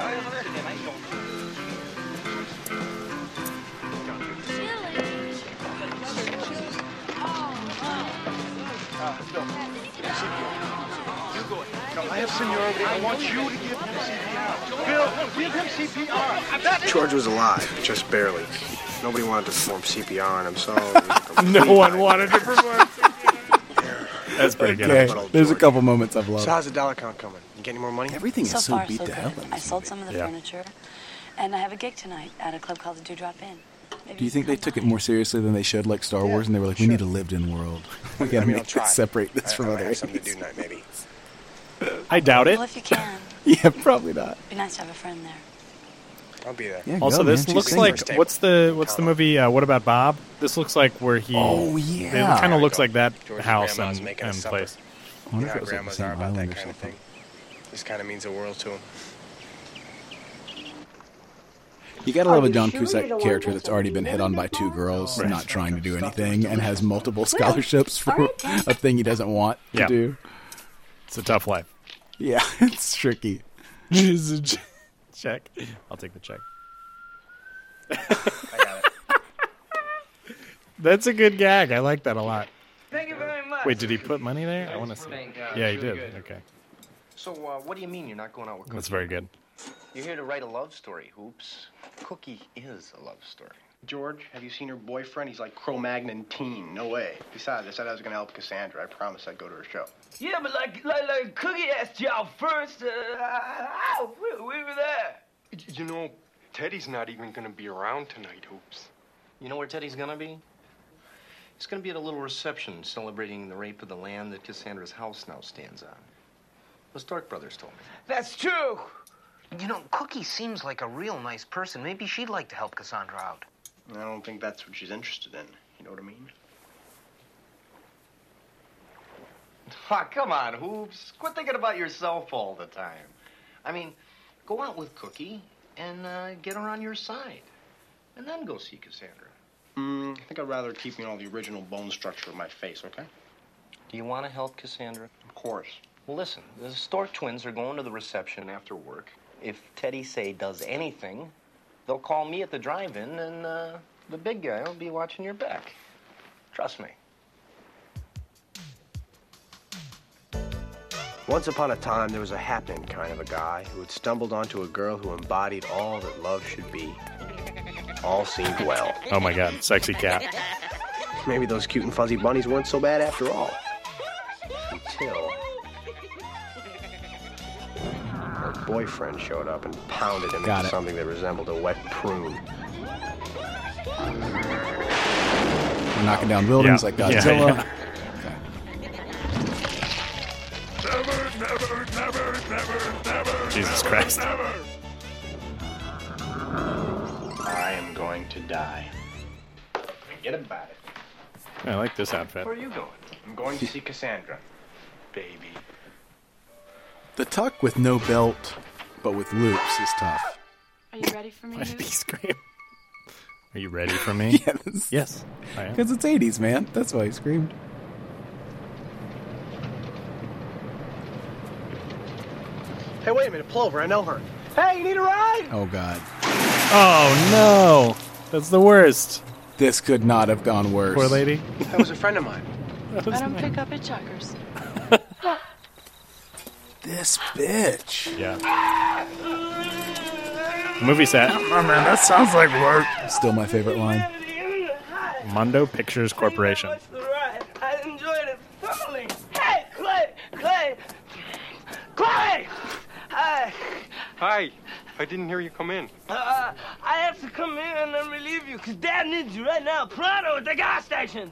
S1: I have seniority. I want you to give him CPR. Bill, give him CPR. That is
S2: George was alive, just barely. Nobody wanted to perform CPR on him, so. no
S6: one wanted to perform. That's pretty
S7: Okay, there's a couple moments I've
S2: So
S7: loved.
S2: how's the dollar count coming? You get any more money?
S7: Everything is So so far, beat so to good. hell
S5: I sold some of the
S7: Yeah.
S5: furniture, and I have a gig tonight at a club called the Dewdrop Inn. Maybe
S7: Do you think they took it more seriously than they should, like Star Wars, and they were like, "We need a lived-in world. We
S2: I
S7: gotta
S2: mean, I'll
S7: make
S2: try.
S7: this separate this
S2: I-
S7: from
S2: I
S7: other."
S2: have something to
S7: areas."
S2: do tonight, maybe.
S6: I doubt it.
S5: Well, if you can,
S7: Yeah, probably not.
S5: it'd be nice to have a friend there.
S2: I'll be there.
S7: Yeah,
S6: also,
S7: go,
S6: this
S7: man.
S6: looks
S7: She's
S6: like
S7: single.
S6: what's the what's the movie? Uh, what about Bob? This looks like where he.
S7: Oh, yeah.
S6: It kind of looks like that
S2: George's
S6: house
S2: grandma's
S6: and,
S2: making a
S6: and
S2: supper.
S6: place.
S7: I wonder
S2: You know
S7: if
S2: how
S7: it was, like, the
S2: grandmas
S7: same
S2: are about that
S7: island or
S2: kind of thing. This kind of means the world to them.
S7: You gotta love a John
S2: sure you're the
S7: Cusack
S2: one
S7: character that's already been hit on by two girls,
S2: Right.
S7: not trying to do anything, and has multiple scholarships for a thing he doesn't want to
S6: Yeah.
S7: do.
S6: It's a tough life.
S7: Yeah, it's tricky.
S6: check. I'll take the check. That's a good gag. I like that a lot.
S1: Thank you very much.
S6: Wait, did he put money there? I want to see.
S1: Thank you.
S6: Yeah, he
S1: Really
S6: did.
S1: good.
S6: Okay,
S11: So, uh, what do you mean you're not going out with Cookie?
S6: that's very good.
S11: You're here to write a love story, Hoops. Cookie is a love story.
S2: George, have you seen her boyfriend? He's like Cro-Magnon teen. No way. Besides, I said I was gonna help Cassandra. I promised I'd go to her show.
S1: Yeah, but like, like, like Cookie asked y'all first. Uh, ah, we, we were there.
S10: Y- You know, Teddy's not even gonna be around tonight, Hoops.
S11: You know where Teddy's gonna be? He's gonna be at a little reception celebrating the rape of the land that Cassandra's house now stands on. The Stark brothers told me.
S1: That's true.
S11: You know, Cookie seems like a real nice person. Maybe she'd like to help Cassandra out.
S2: I don't think that's what she's interested in. You know what I mean?
S11: Ah, come on, Hoops. Quit thinking about yourself all the time. I mean, go out with Cookie and uh, get her on your side. And then go see Cassandra.
S2: Mm, I think I'd rather keep, you know, the original bone structure of my face, okay?
S11: Do you want to help Cassandra? Of course. Well, listen, the Stork twins are going to the reception after work. If Teddy Say does anything, they'll call me at the drive in, and uh, the big guy will be watching your back. Trust me.
S2: Once upon a time, there was a happening kind of a guy who had stumbled onto a girl who embodied all that love should be. All seemed well.
S6: Oh my God, sexy cat.
S2: Maybe those cute and fuzzy bunnies weren't so bad after all. Until her boyfriend showed up and pounded him
S7: Got
S2: into
S7: it.
S2: something that resembled a wet prune.
S7: We're knocking down buildings
S6: Yeah.
S7: like
S6: Yeah,
S7: Godzilla.
S6: yeah. Jesus Christ.
S2: I am going to die. Forget about it.
S6: I like this outfit.
S2: Where are you going? I'm going to see Cassandra. Baby.
S7: The tuck with no belt, but with loops is tough.
S5: Are you ready for me? Why
S6: Are you ready for me?
S7: yes.
S6: Yes. I am.
S7: Because it's 80s, man. That's why he screamed.
S2: Hey, wait a minute, Plover, I know her. Hey, you need a ride?
S7: Oh, God.
S6: Oh, no. That's the worst.
S7: This could not have gone worse.
S6: Poor lady.
S2: That was a friend of mine.
S5: I don't pick up hitchhikers.
S7: This bitch.
S6: Yeah. Movie set.
S7: man, that sounds like work. Still my favorite line.
S6: Mondo Pictures Corporation.
S1: The ride. I enjoyed it thoroughly. Hey, Clay, Clay, Clay! Hi.
S10: Hi. I didn't hear you come in.
S1: Uh, I have to come in and then relieve you, because Dad needs you right now. Pronto at the gas station.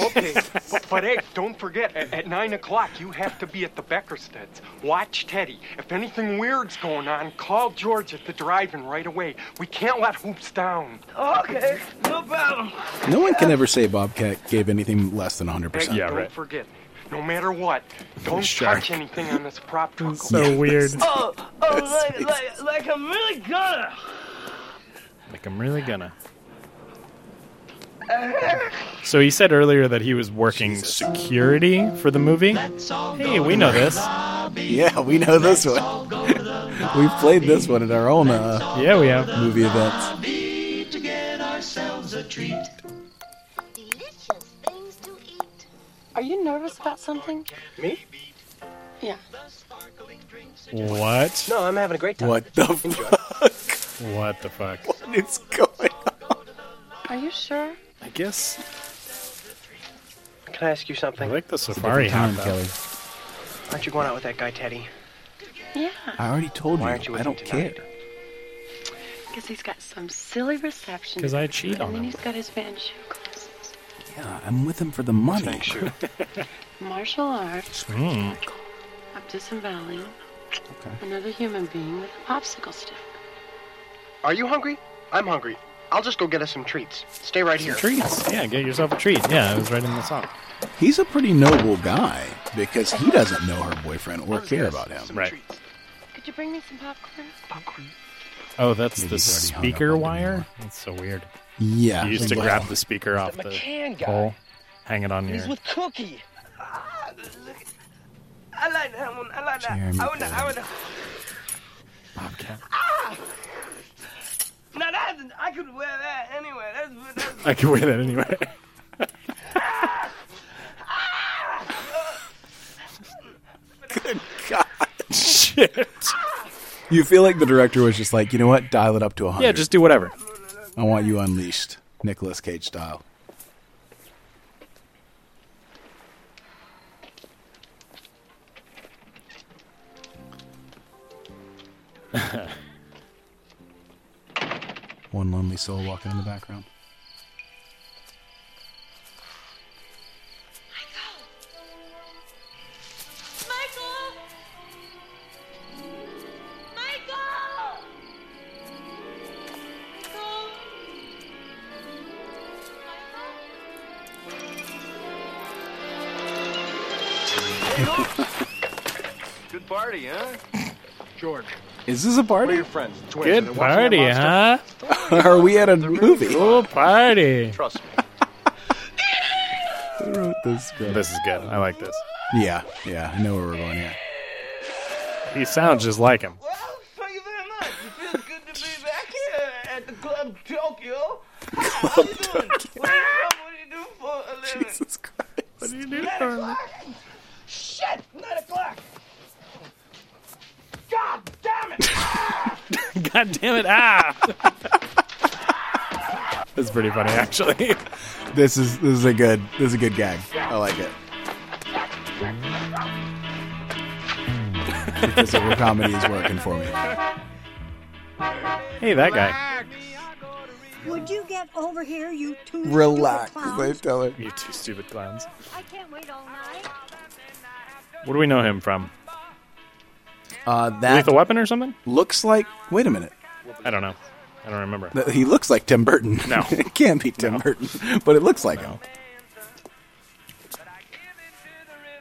S10: Okay, but, but hey, don't forget, at, at 9 o'clock, you have to be at the Beckersteads. Watch Teddy. If anything weird's going on, call George at the drive-in right away. We can't let Hoops down.
S1: Okay, no problem.
S7: No one can ever say Bobcat gave anything less than 100%.
S10: Hey, don't forget, no matter what, don't
S7: Shark.
S10: touch anything on this prop truck.
S6: So weird.
S1: Oh, oh, like, like, like I'm really gonna.
S6: Like, I'm really gonna. So he said earlier that he was working security for the movie. Hey, we know this.
S7: Yeah, we know this one. We've played this one at our own uh,
S6: Yeah, we have.
S7: movie events.
S16: To get ourselves a treat.
S15: Are you nervous about something?
S2: Me?
S15: Yeah.
S6: What?
S2: No, I'm having a great time.
S7: What the fuck?
S6: What the fuck?
S7: What is going
S15: Are you sure?
S6: I guess.
S2: Can I ask you something?
S6: I like the safari hat. though.
S2: Aren't you going out with that guy, Teddy?
S15: Yeah.
S7: I already told
S2: Why
S7: you.
S2: aren't you with
S7: I
S2: him
S7: don't care.
S15: Because he's got some silly reception.
S7: 'Cause I cheat on
S15: And then
S7: him.
S15: he's got his band shoe class.
S7: Yeah, I'm with him for the money.
S15: Martial arts,
S7: Mm.
S15: I'm disemboweling another human being with a popsicle stick.
S2: Are you hungry? I'm hungry. I'll just go get us some treats. Stay right here.
S6: Treats. Yeah, get yourself a treat. Yeah, it was right in the song.
S7: He's a pretty noble guy because he doesn't know her boyfriend or care about him.
S6: Right.
S15: Could you bring me some popcorn?
S2: Popcorn.
S6: Oh, that's the
S7: he's already hung up
S6: speaker wire? That's so weird.
S7: Yeah.
S6: You used to
S7: Well.
S6: grab the speaker off
S1: the
S6: the
S1: McCann guy.
S6: pole, hang it on your.
S1: Cookie. Ah, I like that one. I like that.
S6: Jeremy
S1: I wanna, I wanna.
S6: Bobcat.
S1: Now that's I could wear that anyway. That's, that's
S6: I can wear that anyway.
S7: Good God. Shit. You feel like the director was just like, you know what? Dial it up to 100.
S6: Yeah, just do whatever.
S7: I want you unleashed, Nicolas Cage style. One lonely soul walking in the background.
S9: Michael! Michael!
S2: Good party, huh? George.
S7: Is this a
S2: Where are
S7: party?
S2: your friends? Twins. Are they
S6: Good
S2: watching that
S6: party,
S2: monster?
S6: huh?
S7: Are we at a movie?
S6: Cool party.
S2: Trust
S7: Who wrote this script?
S6: This is good. I like this.
S7: Yeah, yeah. I know where we're going here.
S6: He sounds just like him.
S1: thank you very much. It feels good to be back here at the Club Tokyo. What do you do? What do you do for a living?
S7: Jesus Christ.
S1: What do you do for a living? Shit! Nine o'clock. God damn it!
S6: God damn it! Ah. That's pretty funny, actually.
S7: This is this is a good this is a good gag. I like it. The physical comedy is working for me.
S6: Hey, that guy.
S23: Would you get over here, you two?
S7: Relax,
S23: stupid
S7: they
S23: clowns?
S7: tell her.
S6: You two stupid clowns.
S23: I can't wait all night.
S6: What do we know him from?
S7: Uh, that
S6: Lethal Weapon or something?
S7: looks like. Wait a minute.
S6: I don't know. I don't remember.
S7: Th- He looks like Tim Burton.
S6: No.
S7: it can't be Tim Burton, but it looks like him.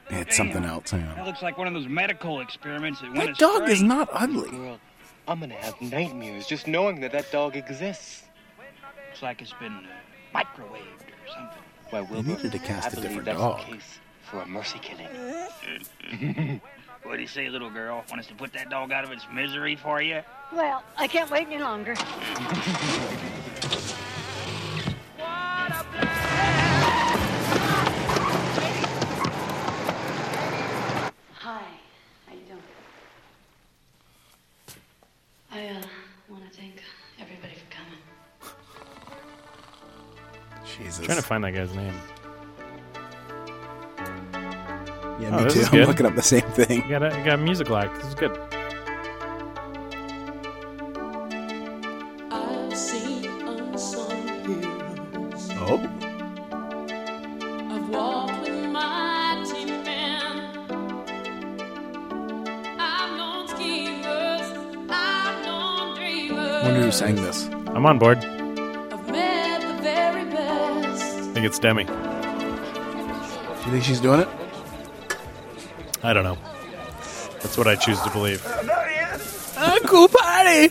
S7: It's something else. Hang on.
S24: That looks like one of those medical experiments that went
S7: That dog is not ugly.
S24: I'm gonna have nightmares just knowing that that dog exists. Looks like it's been uh, microwaved or something. Why, Wilbur,
S7: needed to cast
S24: I
S7: a
S24: believe
S7: different
S24: that's
S7: dog.
S24: the case for a mercy killing. what do you say, little girl? Want us to put that dog out of its misery for you?
S14: Well, I can't wait any longer. Hi. How you doing? I uh, want to thank everybody for coming.
S7: Jesus.
S6: I'm trying to find that guy's name.
S7: Yeah,
S6: Oh,
S7: me
S6: this
S7: too.
S6: is
S7: I'm
S6: good.
S7: looking up the same thing.
S6: You got a, you got a musical act. This is good.
S25: I've seen unsung heroes.
S7: Oh,
S25: I've walked with mighty men. I've known schemers. I've known dreamers.
S7: wonder who sang this.
S6: I'm on board.
S25: I've met the very best.
S6: I think it's Demi.
S7: You think she's doing it?
S6: I don't know. That's what I choose to believe.
S7: A cool party.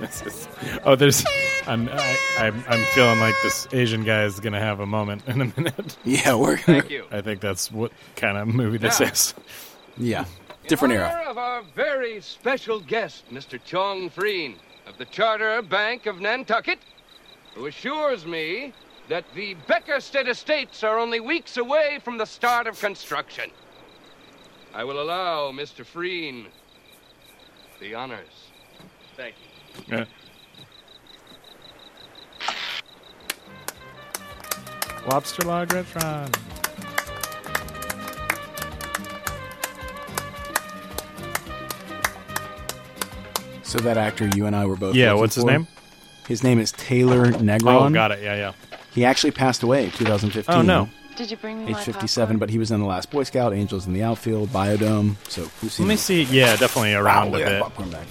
S6: This is- oh, there's. I'm, I, I'm I'm feeling like this Asian guy is gonna have a moment in a minute.
S7: Yeah, we're. Thank
S18: you.
S6: I think that's what kind of movie this
S18: Yeah.
S6: is.
S7: Yeah,
S18: In honor of our very special guest, Mr. Chong Freen of the Charter Bank of Nantucket, who assures me that the Beckerstead Estates are only weeks away from the start of construction. I will allow Mr. Freen the honors. Thank you.
S6: Yeah. Lobster Log Restaurant.
S7: So that actor you and I were both.
S6: Yeah,
S7: looking
S6: what's his
S7: for,
S6: name?
S7: His name is Taylor
S6: Oh,
S7: Negron.
S6: got it. Yeah, yeah.
S7: He actually passed away in 2015.
S6: Oh, no.
S15: Did you bring me
S7: Age
S15: my
S7: 57, but he was in the Last Boy Scout, Angels in the Outfield, Biodome. So who's
S6: Let me see. Yeah, definitely around
S7: Wow,
S6: a
S7: Oh, yeah,
S6: bit.
S7: popcorn bag.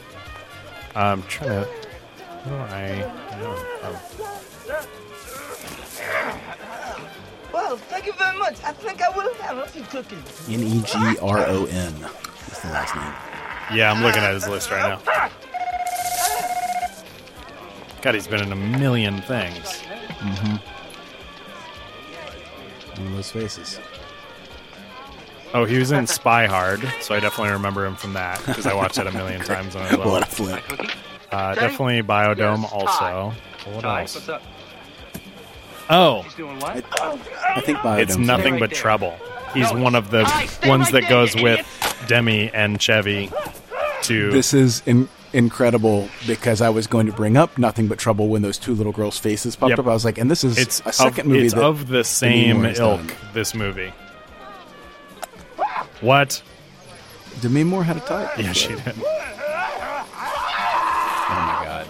S6: I'm trying to. How do I? I don't know.
S1: Well, thank you very much. I think I will have a few cookies.
S7: N E G R O N. That's the last name.
S6: Yeah, I'm looking at his list
S1: Oh,
S6: right now. God, he's been in a million things.
S7: Mm-hmm. One of those faces.
S6: Oh, he was in Spy Hard, so I definitely remember him from that because I watched it a million times when I was little.
S7: What a flip.
S6: Uh, definitely Biodome also. What else? Oh,
S7: I think Biodome's
S6: it's nothing but trouble. He's one of the ones that goes with Demi and Chevy to
S7: This is in- incredible because I was going to bring up Nothing But Trouble when those two little girls' faces popped
S6: Yep.
S7: up. I was like, and this is
S6: it's
S7: a second
S6: of,
S7: movie
S6: It's
S7: that
S6: of the same
S7: Moore has
S6: ilk.
S7: done.
S6: This movie. What?
S7: Demi Moore had a type.
S6: Yeah, she did.
S7: Oh my god,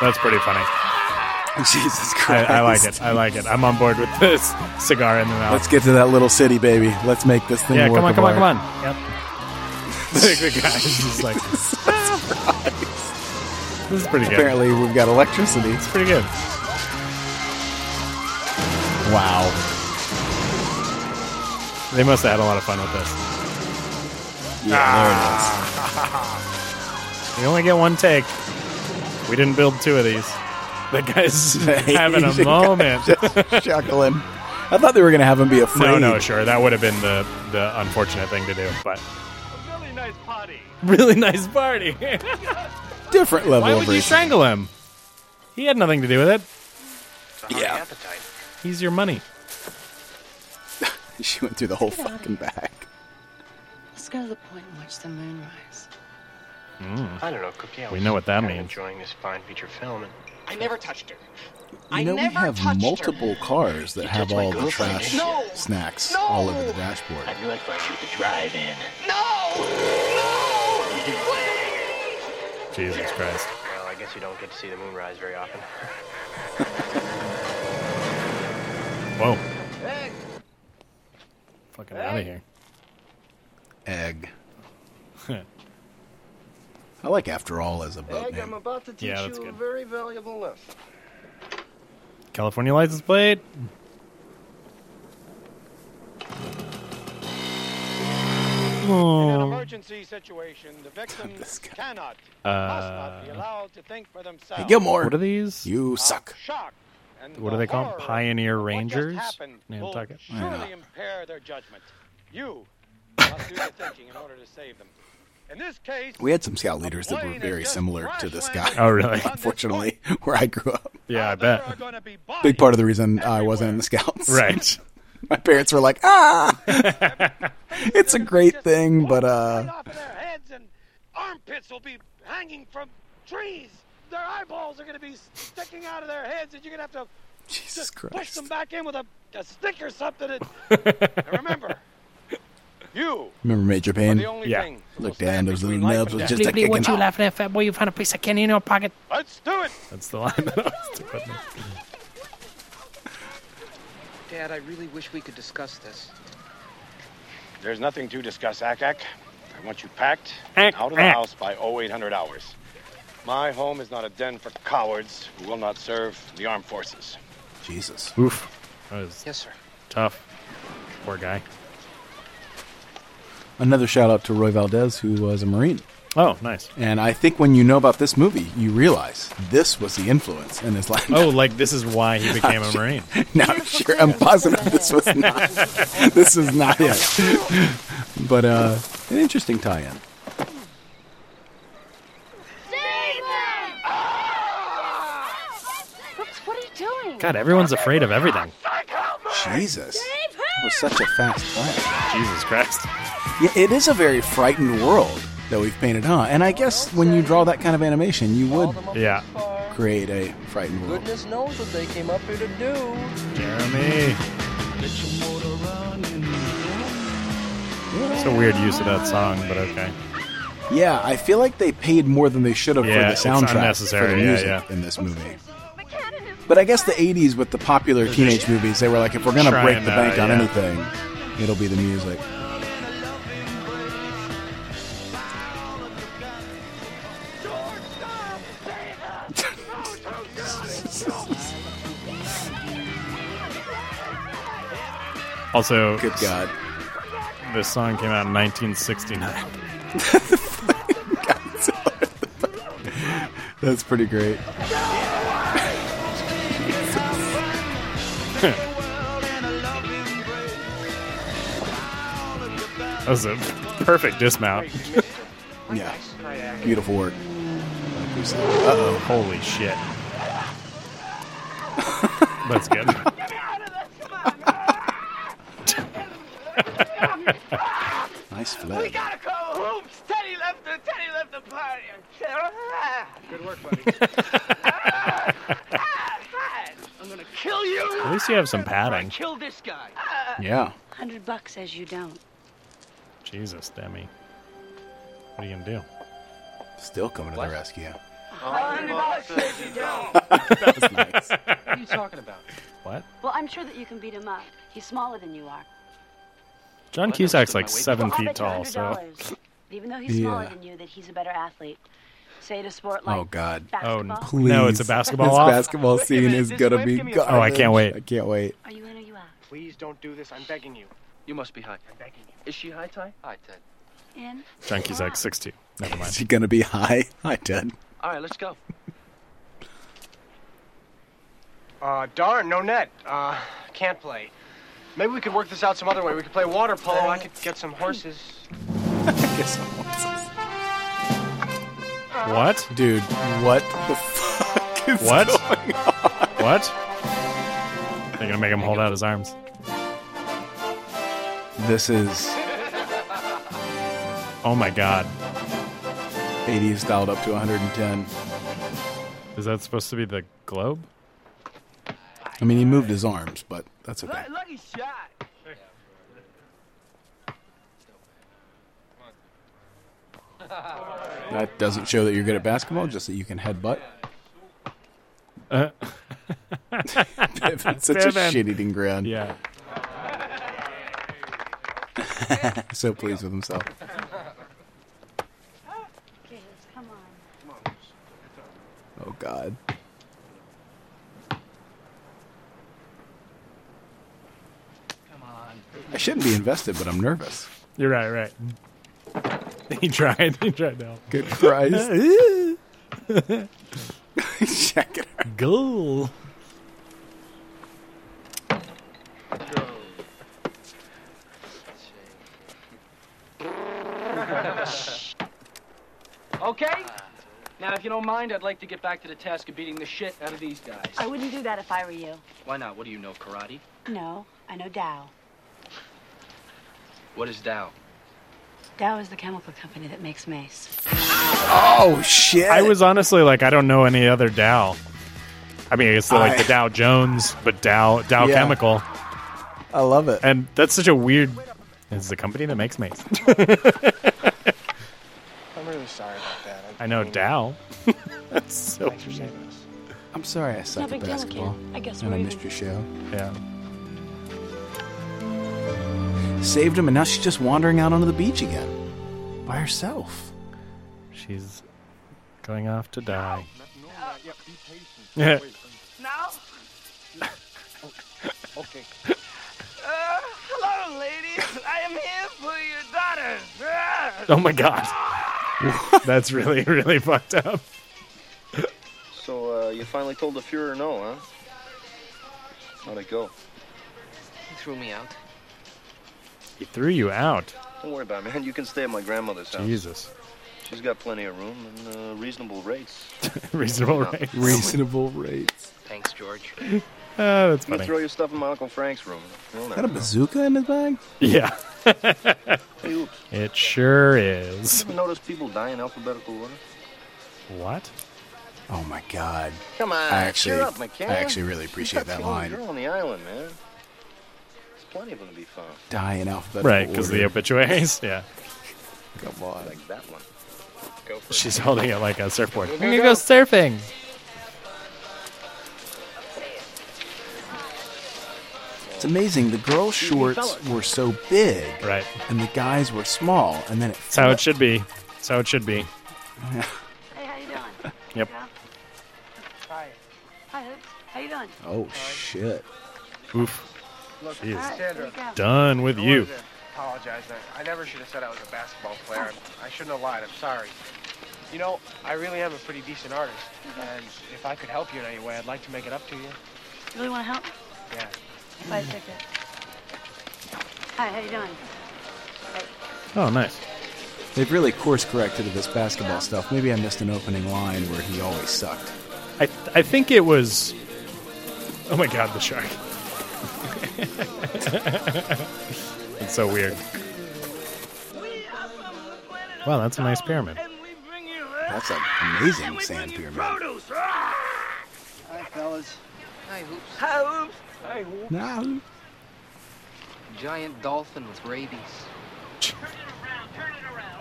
S6: That's pretty funny.
S7: Jesus
S6: I,
S7: Christ!
S6: I like it. I like it. I'm on board with this cigar in the mouth.
S7: Let's get to that little city, baby. Let's make this thing
S6: yeah,
S7: work.
S6: come on,
S7: of
S6: come on, come
S7: art.
S6: on. Yep. the guy's just like, this is pretty good.
S7: Apparently, we've got electricity. It's
S6: pretty good.
S7: Wow.
S6: They must have had a lot of fun with this.
S7: Yeah,
S6: Ah, You only get one take. We didn't build two of these. The guy's having a
S7: Asian guy
S6: moment.
S7: just chuckle him. I thought they were going to have him be afraid.
S6: No, no, sure. That would have been the, the unfortunate thing to do, but
S7: Really nice.
S6: nice party.
S7: Different level
S6: Why
S7: of
S6: would you
S7: racism.
S6: strangle him? He had nothing to do with it.
S7: Yeah.
S6: He's your money.
S7: She went through the whole fucking back.
S14: Let's go to the point and watch the moon rise.
S1: I don't know, Cookie. I
S6: We
S1: was
S6: know what that
S1: kinda
S6: means.
S1: Enjoying this fine feature film, and
S16: I never touched her.
S7: You know, we have multiple cars that have all the trash snacks all over the dashboard.
S16: I knew I'd find you to drive in.
S6: Jesus Christ.
S1: well, I guess you don't get to see the moon rise very often.
S6: Whoa. Fucking out of here.
S7: Egg. I like After All as a boat
S1: Egg,
S7: name.
S1: I'm about to teach
S6: Yeah, that's
S1: you a
S6: good.
S1: very valuable lesson.
S6: California license plate.
S26: In an
S6: Oh.
S26: emergency situation, the victims cannot, must not be
S6: Uh,
S26: allowed to think for themselves.
S6: What are these?
S7: You suck.
S6: What do they call 'em? Pioneer Rangers?
S26: happened
S6: Nantucket.
S26: will surely impair their judgment. You must do the thinking in order to save them. In this case,
S7: We had some scout leaders that were very similar to this guy.
S6: Oh, really?
S7: Unfortunately, where I grew up.
S6: Yeah, I bet.
S7: Big part of the reason I wasn't in the scouts.
S6: Right.
S7: My parents were like, ah, it's a great thing, but uh,
S26: armpits will be hanging from trees. Their eyeballs are going to be sticking out of their heads, and you're going to have to just push them back in with a, a stick or something. And, and remember, you
S7: remember Major
S26: are
S7: Payne?
S26: the only thing.
S7: Look down, those little nubs was just a
S26: Bleep, bleep, what
S7: kicking.
S26: you
S6: laughing at, fat boy? You found a piece of candy in your pocket.
S26: Let's do it.
S6: That's the line that I was doing.
S27: Dad, I really wish we could discuss this.
S26: There's nothing to discuss, Ack Ack. I want you packed
S6: and
S26: out of the
S6: Ack.
S26: house by 0800 hours. My home is not a den for cowards who will not serve the armed forces.
S7: Jesus.
S6: Oof. That was
S27: yes, sir.
S6: tough. Poor guy.
S7: Another shout out to Roy Valdez, who was a Marine.
S6: Oh, nice.
S7: And I think when you know about this movie, you realize this was the influence in his life.
S6: Oh, like this is why he became a
S7: Sure.
S6: Marine.
S7: Now I'm sure I'm positive this was not. this is not it. but uh, an interesting tie-in.
S15: Brooks, what are you doing?
S6: God, everyone's afraid of everything.
S7: Jesus, that was such a fast flash.
S6: Jesus Christ.
S7: Yeah, it is a very frightened world that we've painted, huh? And I guess when you draw that kind of animation, you would
S6: yeah
S7: create a frightened world.
S27: Goodness knows what they came up here to do.
S6: Jeremy. It's a weird use of that song, but okay.
S7: Yeah, I feel like they paid more than they should have
S6: Yeah,
S7: for
S6: it's
S7: the soundtrack
S6: unnecessary,
S7: for the
S6: yeah,
S7: music
S6: yeah.
S7: in this movie. But I guess the '80s with the popular teenage movies, they were like, if we're gonna
S6: Trying
S7: break the
S6: that,
S7: bank on
S6: yeah.
S7: anything, it'll be the music.
S6: Also,
S7: Good God.
S6: This song came out in 1969.
S7: That's pretty great.
S6: That was a perfect dismount.
S7: Oh, yeah. Beautiful work. Uh
S6: oh. Holy shit. That's good.
S7: nice
S1: We
S7: flip.
S1: gotta go home. Teddy left the Teddy left the party. Good work,
S26: I'm gonna kill you.
S6: At least you have some padding.
S26: Kill this guy.
S6: Yeah.
S5: Hundred bucks says you don't.
S6: Jesus, Demi. What are you going to do?
S7: Still coming to the rescue. Oh,
S6: That's nice.
S5: What are you talking
S7: about?
S6: What?
S5: Well, I'm sure that you can beat him up. He's smaller than you are.
S6: John Cusack's like
S5: Well,
S6: seven
S5: I'll
S6: feet
S5: bet you
S6: tall, so.
S5: $100 Even though he's smaller
S6: Yeah.
S5: than you, that he's a better athlete. Say to sport like
S7: Oh God!
S5: basketball.
S6: please. No, it's a basketball
S7: This
S6: off?
S7: basketball scene is gonna be.
S6: Oh, I
S7: garbage.
S6: can't wait.
S7: I can't wait.
S5: Are you in or you out?
S24: Please don't do this. I'm begging you.
S3: You must be high. I'm begging you. Is she high, Ty? High, Ted.
S5: In?
S6: John Cusack, six two. Never
S7: Is
S6: mind.
S7: he gonna be high? Hi, Ted.
S3: All right, let's go.
S24: Uh, darn, no net. Uh, can't play. Maybe we could work this out some other way. We could play water polo. I could get some horses.
S6: What?
S7: Dude, what the fuck is
S6: What?
S7: going on?
S6: What? They're gonna make him hold out his arms.
S7: This is
S6: Oh my god.
S7: 80 is dialed up to 110.
S6: Is that supposed to be the globe?
S7: I mean, he moved his arms, but that's okay.
S1: Lucky shot.
S7: That doesn't show that you're good at basketball, just that you can headbutt.
S6: Uh.
S7: Piven's such a
S6: Piven.
S7: shit eating ground.
S6: Yeah.
S7: so pleased with himself.
S5: Jesus, come on.
S7: Oh, God. I shouldn't be invested, but I'm nervous.
S6: You're right, right. He tried. He tried to help.
S7: Good Christ. Check it
S6: out. Goal.
S3: Okay. Now, if you don't mind, I'd like to get back to the task of beating the shit out of these guys.
S5: I wouldn't do that if I were you.
S3: Why not? What do you know, karate?
S5: No, I know Dow.
S3: What is Dow?
S5: Dow is the chemical company that makes mace.
S7: Oh shit!
S6: I was honestly like, I don't know any other Dow. I mean, it's like
S7: I-
S6: the Dow Jones, but Dow Dow
S7: Yeah.
S6: Chemical.
S7: I love it.
S6: And that's such a weird. It's the company that makes mace.
S24: I'm really sorry about that.
S6: I know Dow. that's so. weird.
S7: I'm sorry I suck
S5: No
S7: at
S5: big deal,
S7: basketball.
S5: kid. I guess
S7: and
S5: we're
S7: I
S5: even.
S7: missed your show.
S6: Yeah.
S7: Saved him, and now she's just wandering out onto the beach again by herself.
S6: She's going off to die.
S10: No, not yet. Be patient.
S6: Yeah.
S10: Wait.
S1: Now?
S10: Okay.
S1: Uh, hello, ladies. I am here for your daughters. Ah.
S6: Oh my god. that's really really fucked up.
S11: So uh, you finally told the Fuhrer no, huh? How'd it go?
S27: He threw me out.
S6: He threw you out.
S11: Don't worry about it, man. You can stay at my grandmother's house.
S6: Jesus.
S11: She's got plenty of room and uh, reasonable rates.
S6: Reasonable rates.
S7: Reasonable rates.
S11: Thanks, George.
S6: Oh, that's
S11: You
S6: funny.
S11: throw your stuff in my Uncle Frank's room. You'll
S7: Got a
S11: never know.
S7: bazooka in his bag?
S6: Yeah.
S11: Hey, oops.
S6: it sure
S11: You
S6: is.
S11: ever notice people die in alphabetical order?
S6: What?
S7: Oh my god.
S11: Come on,
S7: I actually,
S11: cheer up, McCann.
S7: I actually really appreciate
S11: You've got
S7: that
S11: the only
S7: line.
S11: Girl on the island, man. There's plenty of them to be found.
S7: Die in alphabetical
S6: Right, because the
S7: order.
S6: obituaries. Yeah.
S7: Come on.
S11: Like that one. Go for
S6: She's holding it like a surfboard.
S11: Go,
S6: I'm
S11: go,
S6: gonna
S11: go.
S6: go surfing.
S7: It's amazing. The girls' shorts were so big,
S6: right?
S7: And the guys were small, and then it.
S6: That's how it should be. That's how it should be.
S5: Hey, how you doing?
S6: Yep.
S5: Dow? Hi, Hoops. How you doing?
S7: Oh shit.
S6: Oof.
S24: Look,
S6: Jeez.
S24: Sandra.
S6: Done with
S24: I
S6: you.
S24: wanted to apologize. I, I never should have said I was a basketball player. I'm, I i should not have lied. I'm sorry. You know, I really am a pretty decent artist, and if I could help you in any way, I'd like to make it up to you.
S5: You really want to help?
S24: Yeah.
S5: Buy a ticket. Hi, how you doing? Hey,
S6: Oh, nice.
S7: They've really course corrected this basketball stuff. Maybe I missed an opening line where he always sucked.
S6: I I think it was. Oh my God, the shark! it's so weird. Wow, that's a nice pyramid.
S7: That's an amazing sand pyramid.
S1: Ah! Hi, fellas.
S27: Hi, Hoops.
S1: Hi, Oops. Hi, Oops.
S7: No.
S27: Giant dolphin with rabies.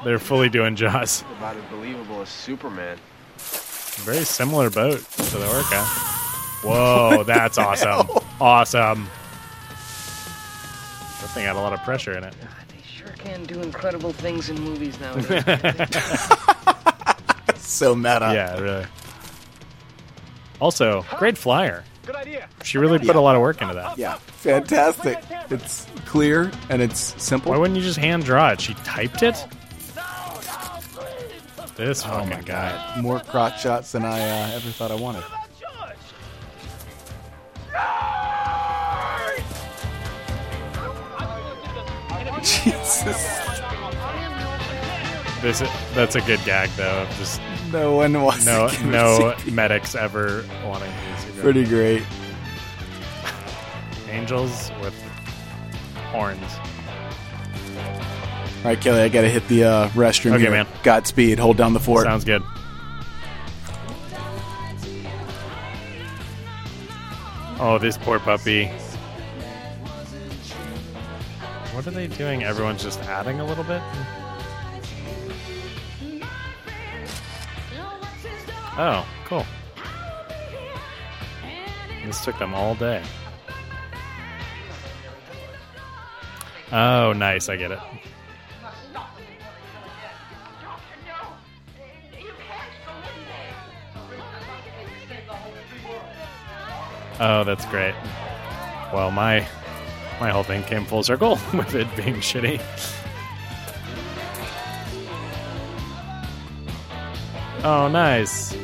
S6: They're fully doing Jaws.
S24: About as believable as Superman.
S6: Very similar boat to the Orca. Whoa, that's awesome! Awesome. That thing had a lot of pressure in it.
S27: Sure can do incredible things in movies nowadays.
S7: so meta.
S6: Yeah, really. Also, great flyer.
S24: Good idea.
S6: She really put a lot of work into that.
S7: Yeah, fantastic. It's clear and it's simple.
S6: Why wouldn't you just hand draw it? She typed it. This
S7: Oh
S6: fucking
S7: my
S6: guy.
S7: god, more crotch shots than I uh, ever thought I wanted. Jesus.
S6: This that's a good gag though. of Just
S7: No one wants
S6: no
S7: to give
S6: no
S7: us
S6: medics ever wanting to use a
S7: a-
S6: gun.
S7: Pretty great.
S6: angels with horns.
S7: All right, Kelly, I gotta hit the uh, restroom.
S6: Okay,
S7: here.
S6: man.
S7: Godspeed. Hold down the fort.
S6: Sounds good. Oh, this poor puppy. What are they doing? Everyone's just adding a little bit. Oh, cool. This took them all day. Oh, nice. I get it. Oh, that's great. Well, my my whole thing came full circle with it being shitty. Oh, nice.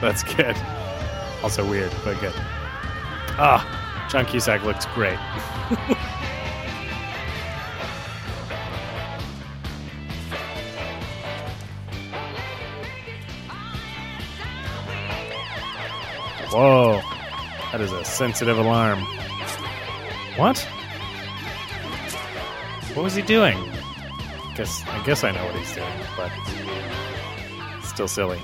S6: That's good. Also weird, but good. Ah, John Cusack looks great. Whoa, that is a sensitive alarm. What? What was he doing? Guess I guess I know what he's doing, but still silly.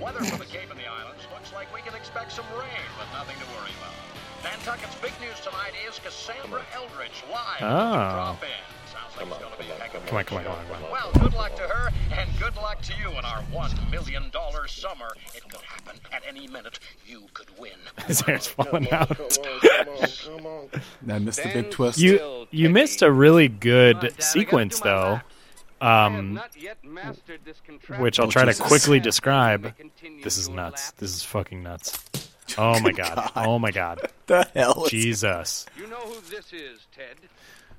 S16: Weather for the Cape and the Islands looks like we can expect some rain, but nothing to worry about. Nantucket's big news tonight is Cassandra Eldridge live.
S6: Oh.
S16: Come on, come on,
S6: Come on, come on, come on, come on.
S16: Well, good luck to her, and good luck to you in our one million dollar summer. It could happen at any minute. You could win.
S6: His hair's falling out.
S7: I missed the big twist.
S6: You you missed a really good sequence though, um, which I'll
S7: Oh,
S6: try to
S7: Jesus.
S6: quickly describe. This is nuts. This is fucking nuts. Oh my god. Oh my god.
S7: The hell is-
S6: Jesus.
S18: You know who this is, Ted.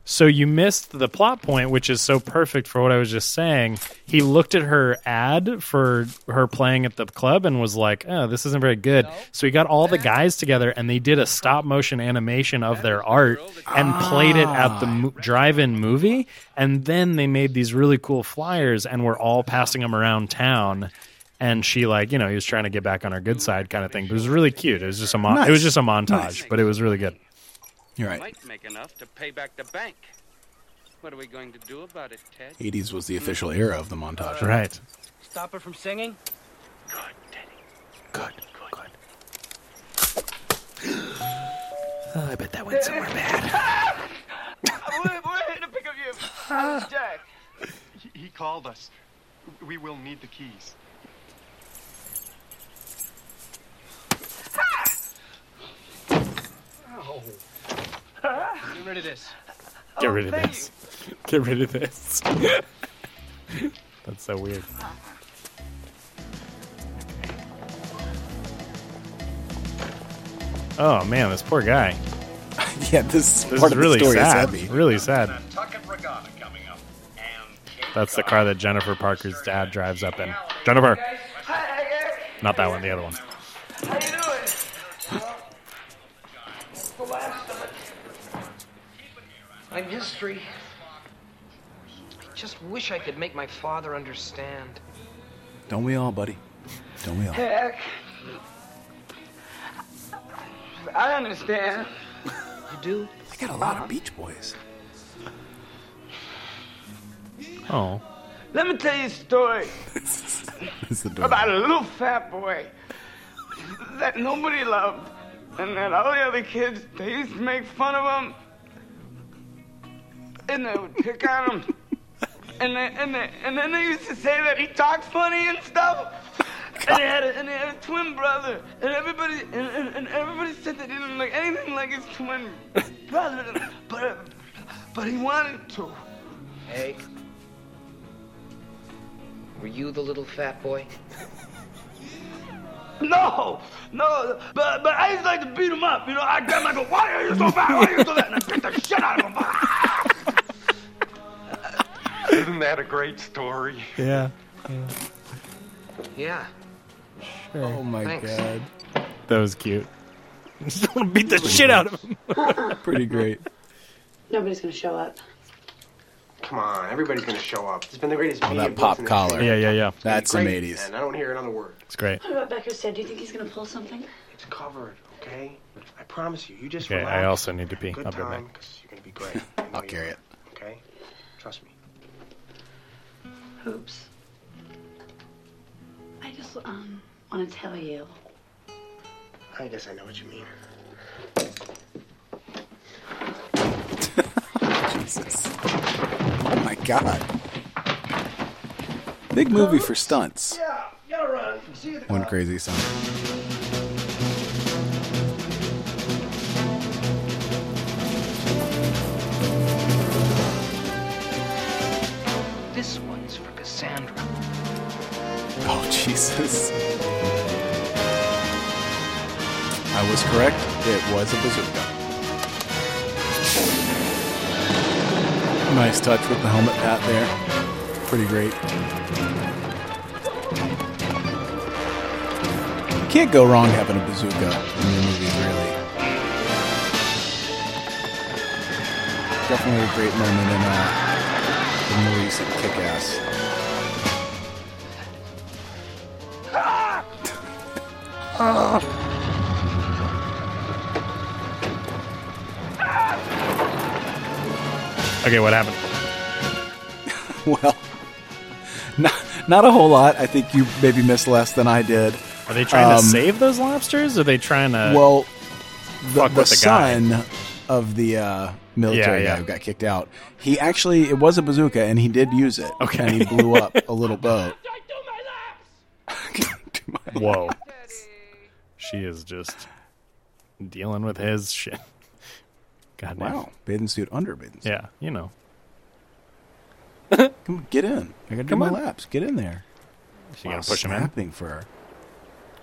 S6: So you missed the plot point, which is so perfect for what I was just saying. He looked at her ad for her playing at the club and was like, "Oh, this isn't very good." So he got all the guys together and they did a stop motion animation of their art and played it at
S18: Ah.
S6: the mo- drive-in movie. And then they made these really cool flyers and were all passing them around town. And she like, you know, he was trying to get back on her good side, kind of thing. But it was really cute. It was just a mon- it was
S7: Nice.
S6: just a montage,
S7: Nice.
S6: but it was really good.
S7: You're right.
S18: Might make enough to pay back the bank. What are we going to do about it, Ted?
S7: 80s was the official era of the montage.
S6: Right.
S18: Stop her from singing?
S6: I bet that went somewhere bad.
S1: we're, we're here to pick up your How's Jack.
S10: He, he called us. We will need the keys.
S1: Oh,
S3: Get rid of this.
S6: Get rid of this. Oh, Get rid of this. That's so weird. Oh man, this poor guy.
S7: yeah, this,
S6: this
S7: part
S6: is
S7: of the
S6: really
S7: story is
S6: sad.
S7: heavy.
S6: really sad. That's the car that Jennifer Parker's dad drives up in. Jennifer, not that one, the other one.
S1: How you doing? It's the last of it.
S27: I'm history. I just wish I could make my father understand.
S7: Don't we all, buddy? Don't we all?
S1: Heck. I understand.
S27: You do?
S7: I got a lot of Beach Boys.
S6: Oh,
S1: Let me tell you a story
S7: it's the door.
S1: about a little fat boy that nobody loved, and that all the other kids they used to make fun of him, and they would pick on him, and they, and they, and then they used to say that he talked funny and stuff. And they, had a, and they had a twin brother, and everybody and, and, and everybody said that he didn't look anything like his twin brother, but but he wanted to.
S27: Hey. Were you the little fat boy?
S1: No, no, but but I used to like to beat him up. You know, I grab him, I go, why are you so fat? Why are you so fat? And I beat the shit out of him.
S10: Isn't that a great story?
S6: yeah.
S27: Yeah.
S7: Oh my
S27: Thanks.
S7: god.
S6: That was cute. Just want to beat the shit out of him.
S7: Pretty great.
S15: Nobody's gonna show up.
S8: Come on, everybody's gonna show up. It's been the greatest
S7: Oh,
S8: video
S7: that pop
S8: blitz in the
S7: collar.
S8: history.
S6: yeah, yeah.
S7: That's some
S8: Great,
S7: 80s.
S8: And I don't hear another word.
S6: It's great.
S15: What about Becker said? Do you think he's gonna pull something?
S8: It's covered, okay? I promise you. You just
S6: Okay,
S8: relax.
S6: I also need to pee.
S8: Good
S6: I'll be
S8: time,
S6: back.
S8: 'cause you're gonna be great. I know
S7: I'll
S8: you
S7: carry it.
S8: are, Okay, trust me.
S15: Hoops. I just um wanna tell you.
S8: I guess I know what you mean.
S7: Jesus. Oh my god. Big movie for stunts.
S1: Yeah, gotta run. See you at the
S7: One crazy son.
S27: This one's for Cassandra.
S7: Oh Jesus. I was correct. It was a bazooka. Nice touch with the helmet pat there. Pretty great. Can't go wrong having a bazooka in your movies, really. Definitely a great moment in uh, the more recent Kick-Ass.
S6: Okay, what happened?
S7: well, not, not a whole lot. I think you maybe missed less than I did.
S6: Are they trying
S7: Um,
S6: to save those lobsters? Or are they trying to?
S7: well, the,
S6: Uh, fuck
S7: the
S6: with the guy.
S7: son of the uh, military
S6: Yeah, yeah.
S7: guy who got kicked out. He actually it was a bazooka, and he did use it. Okay, and he blew up a little boat.
S6: Whoa. She is just dealing with his shit. God damn.
S7: Wow, bathing suit under bathing.
S6: Yeah, you know.
S7: Come on, get in. I gotta do
S6: Come
S7: my
S6: on.
S7: laps. Get in there.
S6: She
S7: Wow,
S6: gonna push him in?
S7: snapping for her.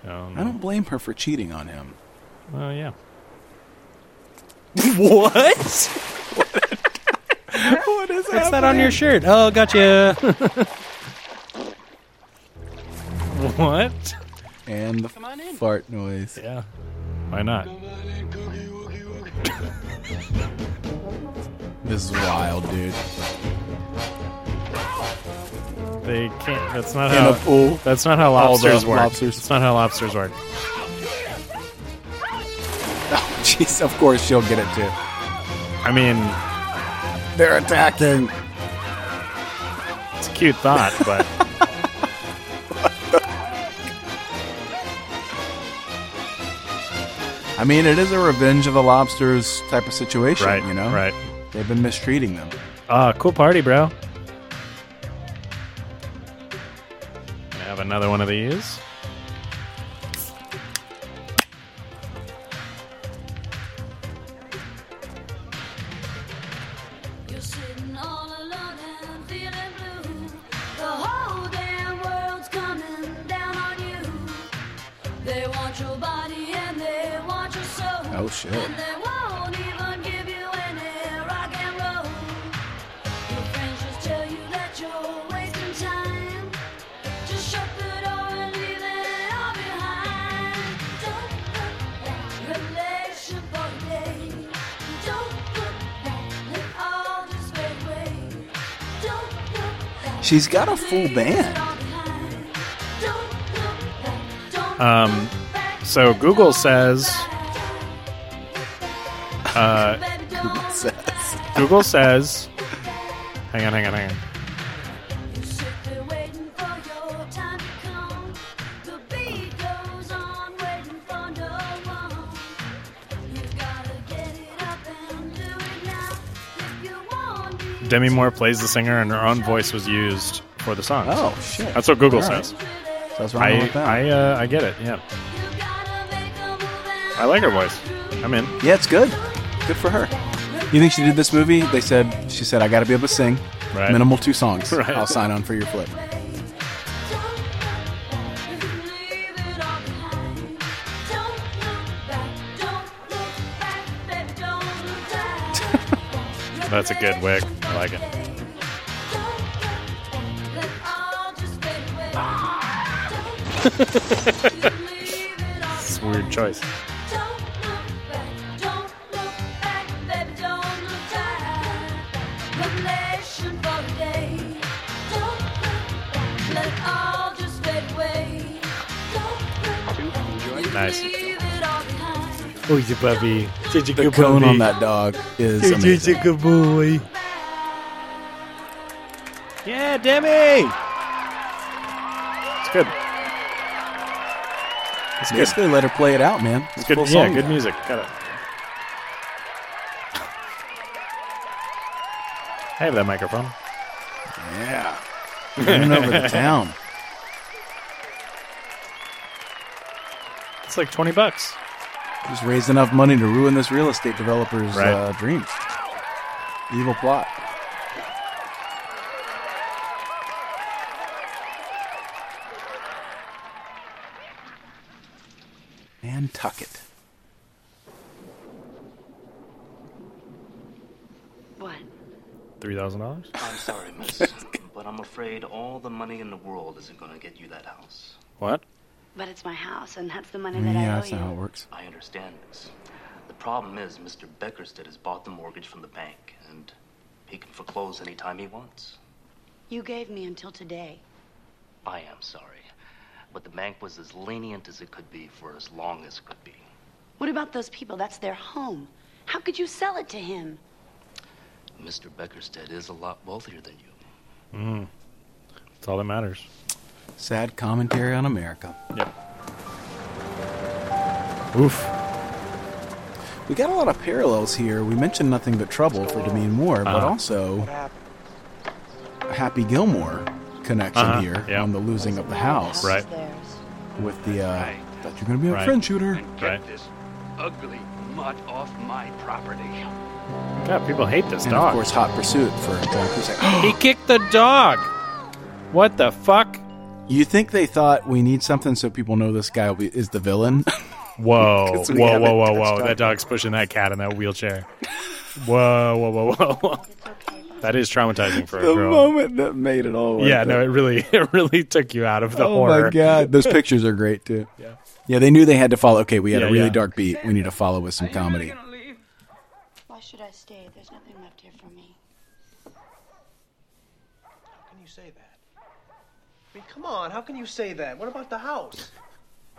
S6: Oh,
S7: I don't blame her for cheating on him.
S6: Oh yeah.
S7: What?
S1: what is
S6: What's that on your shirt? Oh, gotcha. what?
S7: And the fart noise.
S6: Yeah. Why not?
S7: This is wild, dude.
S6: They can't. That's not
S7: In
S6: how.
S7: a pool.
S6: That's not how
S7: All the
S6: lobsters work.
S7: lobsters.
S6: That's not how lobsters work.
S7: Oh, jeez. Of course, she'll get it too.
S6: I mean,
S7: They're attacking.
S6: it's a cute thought, but
S7: I mean, it is a revenge of the lobsters type of situation,
S6: Right,
S7: you know?
S6: right.
S7: They've been mistreating them.
S6: uh, cool party, bro. Can I have another one of these.
S7: Oh shit.
S25: And they won't even give you any rock and roll. Your friends just tell you that you're wasting time. Just shut the door and leave it all behind. Don't look back, relation for today. Don't look back, let all just fade away. Don't look back.
S7: She's got a full band.
S6: Um, so Google says. Uh,
S7: Google says.
S6: Google says. Hang on, hang on, hang on. Demi Moore plays the singer, and her own voice was used for the song.
S7: Oh, shit.
S6: That's what Google
S7: All right.
S6: says.
S7: That's what I'm
S6: I
S7: with that.
S6: I, uh, I get it. Yeah. I like her voice. I'm in.
S7: Yeah, it's good. Good for her. You think she did this movie? They said she said I got to be able to sing.
S6: Right.
S7: Minimal two songs.
S6: Right.
S7: I'll sign on for your flip.
S6: That's a good wig. I like it. it's a weird choice.
S25: Nice.
S6: Oh, you puppy. Such a
S7: The cone on that dog is amazing.
S6: good boy. Yeah, Demi. It's good. It's good.
S7: Basically, let her play it out, man.
S6: It's
S7: It's
S6: good.
S7: full
S6: Yeah,
S7: song.
S6: good music. Got it. I have that microphone.
S7: Yeah. Running over the town.
S6: It's like twenty bucks.
S7: Just raised enough money to ruin this real estate developer's
S6: Right.
S7: uh, dreams. Evil plot. Nantucket.
S5: What?
S6: Three thousand dollars.
S16: I'm sorry, miss, but I'm afraid all the money in the world isn't going to get you that house.
S6: What?
S5: But it's my house, and that's the money that
S7: Yeah,
S5: I owe
S7: that's
S5: you.
S7: not how it works.
S16: I understand this. The problem is Mr. Beckerstead has bought the mortgage from the bank, and he can foreclose anytime he wants.
S5: You gave me until today.
S16: I am sorry, but the bank was as lenient as it could be for as long as it could be.
S5: What about those people? That's their home. How could you sell it to him?
S16: Mr. Beckerstead is a lot wealthier than you.
S6: Mm. That's all that matters.
S7: Sad commentary on America.
S6: Yep.
S7: Oof. We got a lot of parallels here. We mentioned nothing but trouble for Demi Moore, but
S6: Uh-huh.
S7: also a Happy Gilmore connection
S6: Uh-huh,
S7: here on the losing of the house.
S6: Right.
S7: With the, uh, thought you're going to be a
S6: Right.
S7: friend shooter.
S6: And get Right.
S7: this
S28: Ugly mutt off my property.
S6: God, people hate this
S7: and
S6: dog.
S7: of course, Hot Pursuit for John Cusack.
S6: he kicked the dog. What the fuck?
S7: You think they thought we need something so people know this guy will be, is the villain?
S6: Whoa,
S7: 'Cause we
S6: whoa,
S7: haven't
S6: whoa, whoa,
S7: touched
S6: whoa!
S7: on
S6: That dog's pushing that cat in that wheelchair. Whoa, whoa, whoa, whoa, whoa! That is traumatizing for a
S7: the
S6: girl.
S7: moment that made it all. worth
S6: yeah,
S7: it.
S6: no, it really, it really took you out of the
S7: oh
S6: horror.
S7: my god, those pictures are great too.
S6: Yeah.
S7: Yeah, they knew they had to follow. Okay, we had
S6: Yeah,
S7: a really
S6: yeah.
S7: dark beat. We need to follow with some comedy.
S5: Why should I stay? There's nothing left here for me.
S2: How can you say that? I mean, come on, how can you say that? What about the house?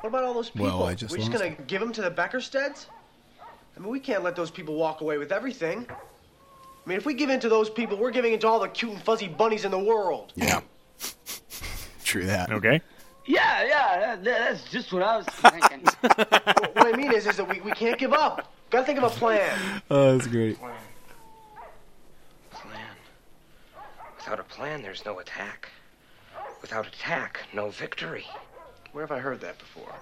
S2: What about all those people?
S7: Well, I just
S2: We're just
S7: lost
S2: gonna give them to the Beckersteads? I mean, we can't let those people walk away with everything. I mean, if we give in to those people, we're giving in to all the cute and fuzzy bunnies in the world.
S7: Yeah. True that.
S6: Okay.
S2: Yeah, yeah, that, that's just what I was thinking. what I mean is, is that we, we can't give up. Gotta think of a plan.
S7: Oh, that's great.
S1: Without a plan, there's no attack. Without attack, no victory.
S2: Where have I heard that before?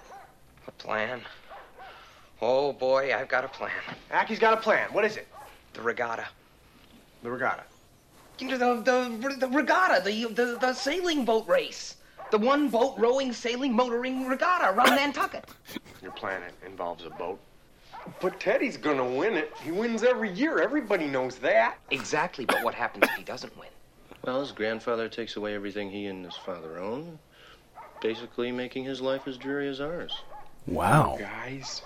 S1: A plan? Oh boy, I've got a plan.
S2: Aki's got a plan. What is it?
S1: The regatta.
S2: The regatta.
S1: You know, the, the, the regatta, the, the, the sailing boat race. The one boat rowing, sailing, motoring regatta around Nantucket.
S2: Your plan involves a boat.
S10: But Teddy's gonna win it. He wins every year. Everybody knows that.
S11: Exactly, but what happens if he doesn't win? Well, his grandfather takes away everything he and his father own, basically making his life as dreary as ours.
S7: Wow.
S11: Guys.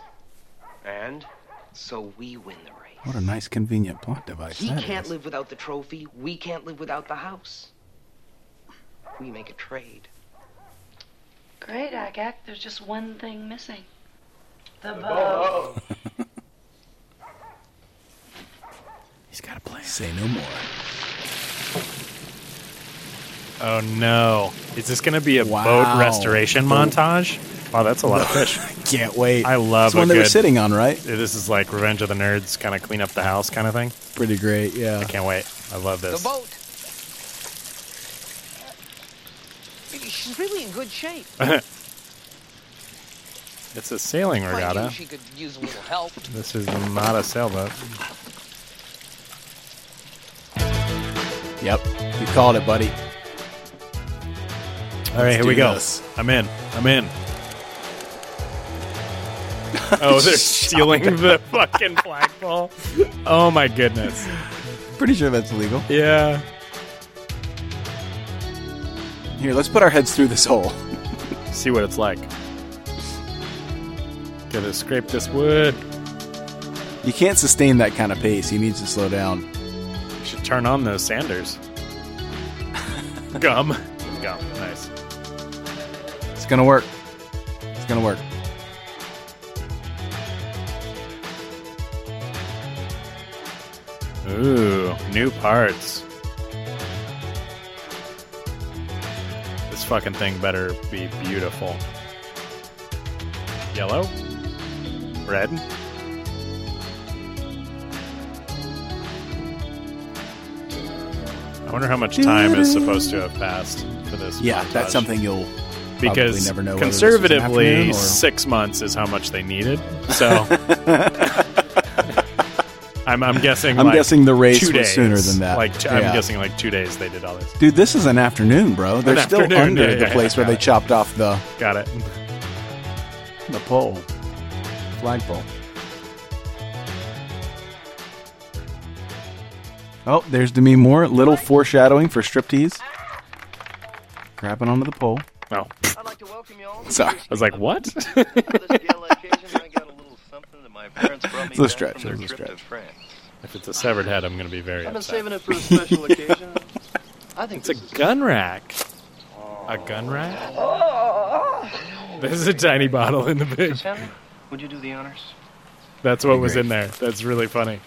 S11: And? So we win the race.
S7: What a nice convenient plot device.
S11: He
S7: that is.
S11: can't live without the trophy. We can't live without the house. We make a trade.
S14: Great, Ack Ack. There's just one thing missing. The
S11: bow.
S14: bow.
S7: He's got a plan. Say no more.
S6: Oh no! Is this going to be a
S7: Wow.
S6: boat restoration montage? Wow, that's a lot of fish.
S7: Can't wait.
S6: I love
S7: It's the one
S6: a
S7: they were
S6: good-
S7: sitting on, right?
S6: This is like Revenge of the Nerds, kind of clean up the house kind of thing.
S7: Pretty great, yeah. I
S6: can't wait. I love this.
S27: The boat.
S1: She's really in good shape.
S6: it's a sailing
S27: Mind you,
S6: regatta.
S27: She could use a little help.
S6: This is not a sailboat.
S7: Yep. You called it, buddy.
S6: All right, here
S7: do
S6: we go.
S7: this.
S6: I'm in. I'm in. Oh, they're stealing the fucking flagpole. Oh my goodness.
S7: Pretty sure that's illegal.
S6: Yeah.
S7: Here, let's put our heads through this hole.
S6: See what it's like. Gotta scrape this wood.
S7: You can't sustain that kind of pace. He needs to slow down.
S6: Should turn on those sanders. Gum. Gum. Nice.
S7: It's gonna work. It's gonna work.
S6: Ooh, new parts. This fucking thing better be beautiful. Yellow? Red? I wonder how much time is supposed to have passed for this.
S7: Yeah,
S6: montage.
S7: that's something you'll probably
S6: Because
S7: never know. whether this was an
S6: conservatively,
S7: afternoon or-
S6: six months is how much they needed. So I'm, I'm guessing.
S7: I'm
S6: like,
S7: guessing the race
S6: two
S7: was
S6: days.
S7: sooner than that.
S6: Like
S7: Yeah.
S6: I'm guessing like two days they did all this.
S7: Dude, this is an afternoon, bro. They're
S6: An
S7: still
S6: afternoon,
S7: under
S6: yeah,
S7: the
S6: yeah,
S7: place where they chopped off the
S6: Got it.
S7: the pole, flagpole. Oh, there's Demi Moore. Little foreshadowing for striptease. Grabbing onto the pole.
S6: No.
S11: I'd like to welcome you all.
S7: Sorry.
S6: I was like, what?
S7: It's a stretch. It's a
S11: to
S7: stretch.
S11: France.
S6: If it's a severed head, I'm going to be very
S11: I've been
S6: upset.
S11: saving it for a special occasion. I think
S6: It's a gun rack. A gun rack?
S11: Oh.
S6: There's a tiny bottle in the big.
S11: Henry, would you do the honors?
S6: That's what was in there. That's really funny.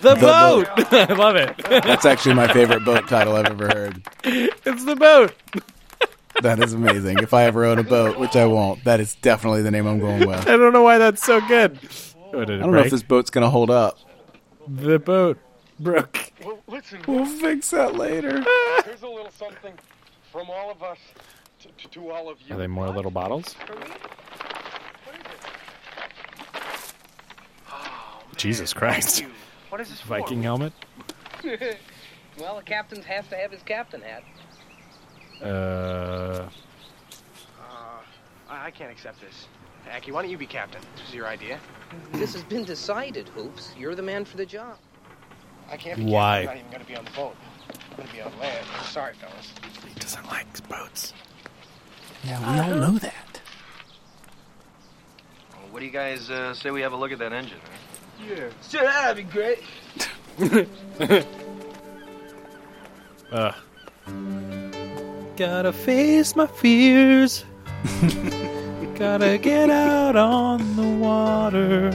S6: The,
S7: The
S6: boat.
S7: boat.
S6: I love it.
S7: That's actually my favorite boat title I've ever heard.
S6: It's the boat.
S7: That is amazing. If I ever own a boat, which I won't, that is definitely the name I'm going with.
S6: I don't know why that's so good. Oh, did
S7: I
S6: it
S7: don't know
S6: break?
S7: if this boat's going to hold up.
S6: The boat broke.
S7: We'll fix that later.
S10: Here's a little something from all of us to, to, to all of
S6: Are they more little bottles? Jesus Christ.
S27: What is this for?
S6: Viking helmet?
S27: well, the captain has to have his captain hat.
S6: Uh,
S24: I I can't accept this. Aki, why don't you be captain? This was your idea.
S27: This has been decided, Hoops. You're the man for the job.
S24: I can't be
S6: Why?
S24: captain. I'm not even going to be on the boat. I'm going to be on land. Sorry, fellas.
S6: He doesn't like boats.
S7: Yeah, we all know that.
S11: What do you guys uh, say we have a look at that engine?
S24: Yeah.
S11: Sure, that'd be great.
S6: uh. Gotta face my fears. Gotta get out on the water.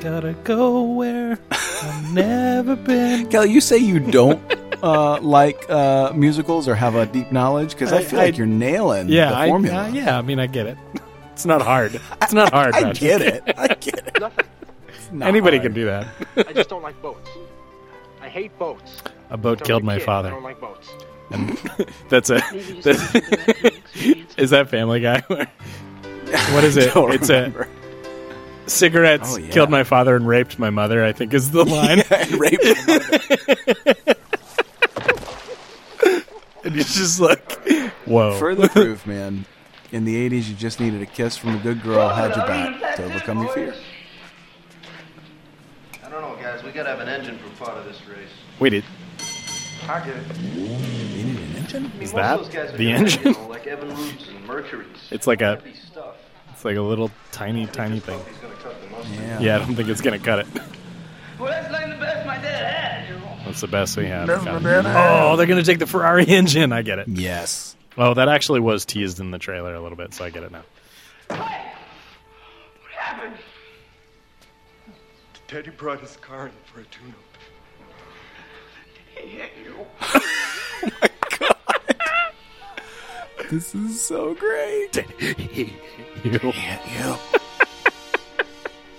S6: Gotta go where I've never been.
S7: Kelly, you say you don't uh, like uh, musicals or have a deep knowledge because I,
S6: I-
S7: feel
S6: I-
S7: like you're nailing
S6: Yeah,
S7: the
S6: I,
S7: formula.
S6: uh, yeah. I mean, I get it. It's not hard. It's not hard.
S7: I
S6: Patrick.
S7: get it. I get it. not
S6: Anybody
S7: hard.
S6: can do that.
S10: I just don't like boats. I hate boats.
S6: A boat
S10: Don't
S6: killed
S10: like
S6: my
S10: kids.
S6: father.
S10: I don't like boats.
S6: And that's a. is that Family Guy? what is it?
S7: Don't
S6: It's
S7: remember.
S6: a cigarettes
S7: Oh, yeah.
S6: killed my father and raped my mother. I think is the line.
S7: raped
S6: and it's just like, whoa.
S7: Further proof, man. In the 80s, you just needed a kiss from a good girl, had your back to overcome your fear.
S12: we gotta have an engine for part of this race.
S6: Wait, it
S12: I get it. Most
S6: is
S12: of
S6: that
S12: those guys are
S6: the
S12: gonna,
S6: engine?
S12: You know, like Evan Roots and Mercury's.
S6: It's like a, it's like a little tiny, tiny thing.
S12: Yeah.
S6: Yeah, I don't think it's gonna cut it.
S1: Well, that's like the best my dad had. you know.
S6: That's the best we have.
S1: That's my bad
S6: Oh, they're gonna take the Ferrari engine. I get it.
S7: Yes.
S6: Oh, that actually was teased in the trailer a little bit, so I get it now.
S10: Teddy brought his car in for a tune up.
S1: He hit you.
S7: This is so great.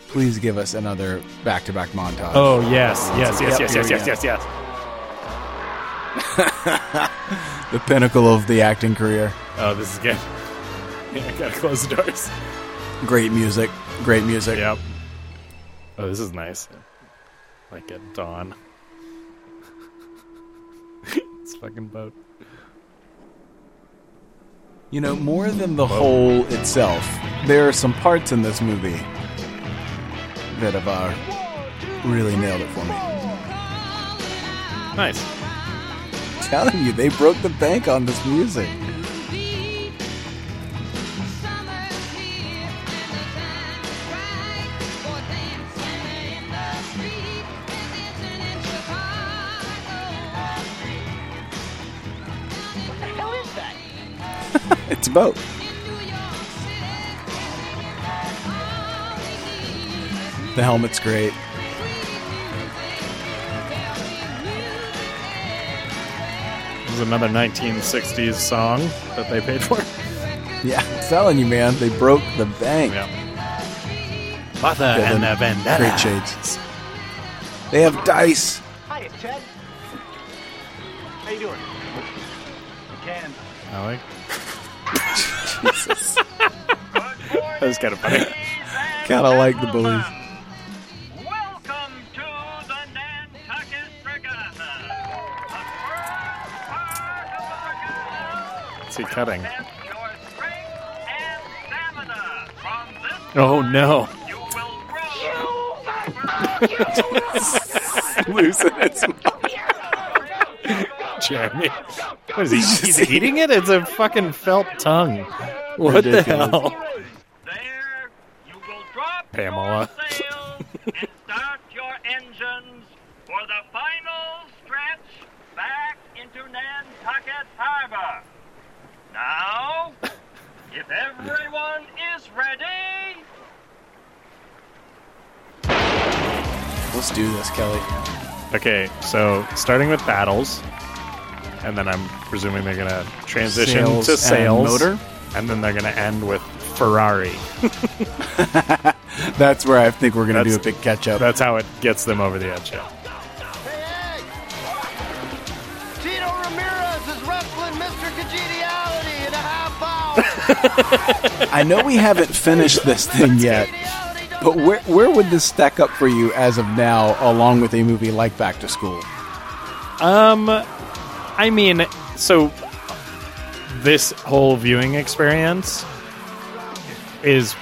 S7: Please give us another back to back montage.
S6: Oh yes, yes, yes,
S7: Yep,
S6: yes, yes,
S7: here
S6: yes,
S7: we
S6: yes, yes.
S7: go. The pinnacle of the acting career.
S6: Oh, this is good. Yeah, I gotta close the doors.
S7: Great music. Great music.
S6: Yep. Oh, this is nice. Like at dawn. it's fucking boat.
S7: You know, more than the whole itself, there are some parts in this movie that have uh, really nailed it for me.
S6: Nice.
S7: telling you, they broke the bank on this music.
S1: What the hell is that?
S7: It's a boat. The helmet's great.
S6: This is another 1960s song that they paid for.
S7: Yeah, I'm telling you, man, they broke the bank.
S6: Martha
S7: Yeah,
S6: and
S7: the
S6: the Vendetta.
S7: Great shades. They have dice.
S1: Hiya, Ted. How you doing? Ken.
S6: I like. Jesus. that was kind of funny.
S7: Kind of like the bullies.
S6: What's he cutting? Oh no. Losing its Jeremy. What is he? He's eating it? It's a fucking felt tongue. What the
S1: Ridiculous.
S6: hell? Pamela.
S16: Now, if everyone is ready,
S7: Let's do this, Kelly.
S6: Okay, so starting with battles, and then I'm presuming they're gonna transition
S7: Sales
S6: to
S7: and
S6: sales,
S7: motor?
S6: and then they're gonna end with Ferrari.
S7: That's where I think we're going to do
S6: That's-
S7: a big catch up.
S6: That's how it gets them over the edge. Yeah.
S1: Tito Ramirez is wrestling Mr. Congeniality in a half
S7: I know we haven't finished this thing yet, but where, where would this stack up for you as of now, along with a movie like Back to School?
S6: Um, I mean, so this whole viewing experience is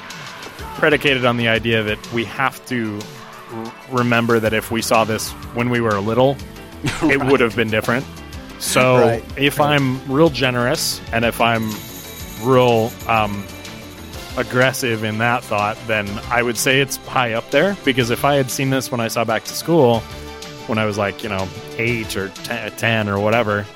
S6: predicated on the idea that we have to r- remember that if we saw this when we were little, it would have been different. So
S7: Right.
S6: if I'm real generous and if I'm real um, aggressive in that thought, then I would say it's high up there because if I had seen this when I saw Back to School, when I was like, you know, eight or ten, 10 or whatever,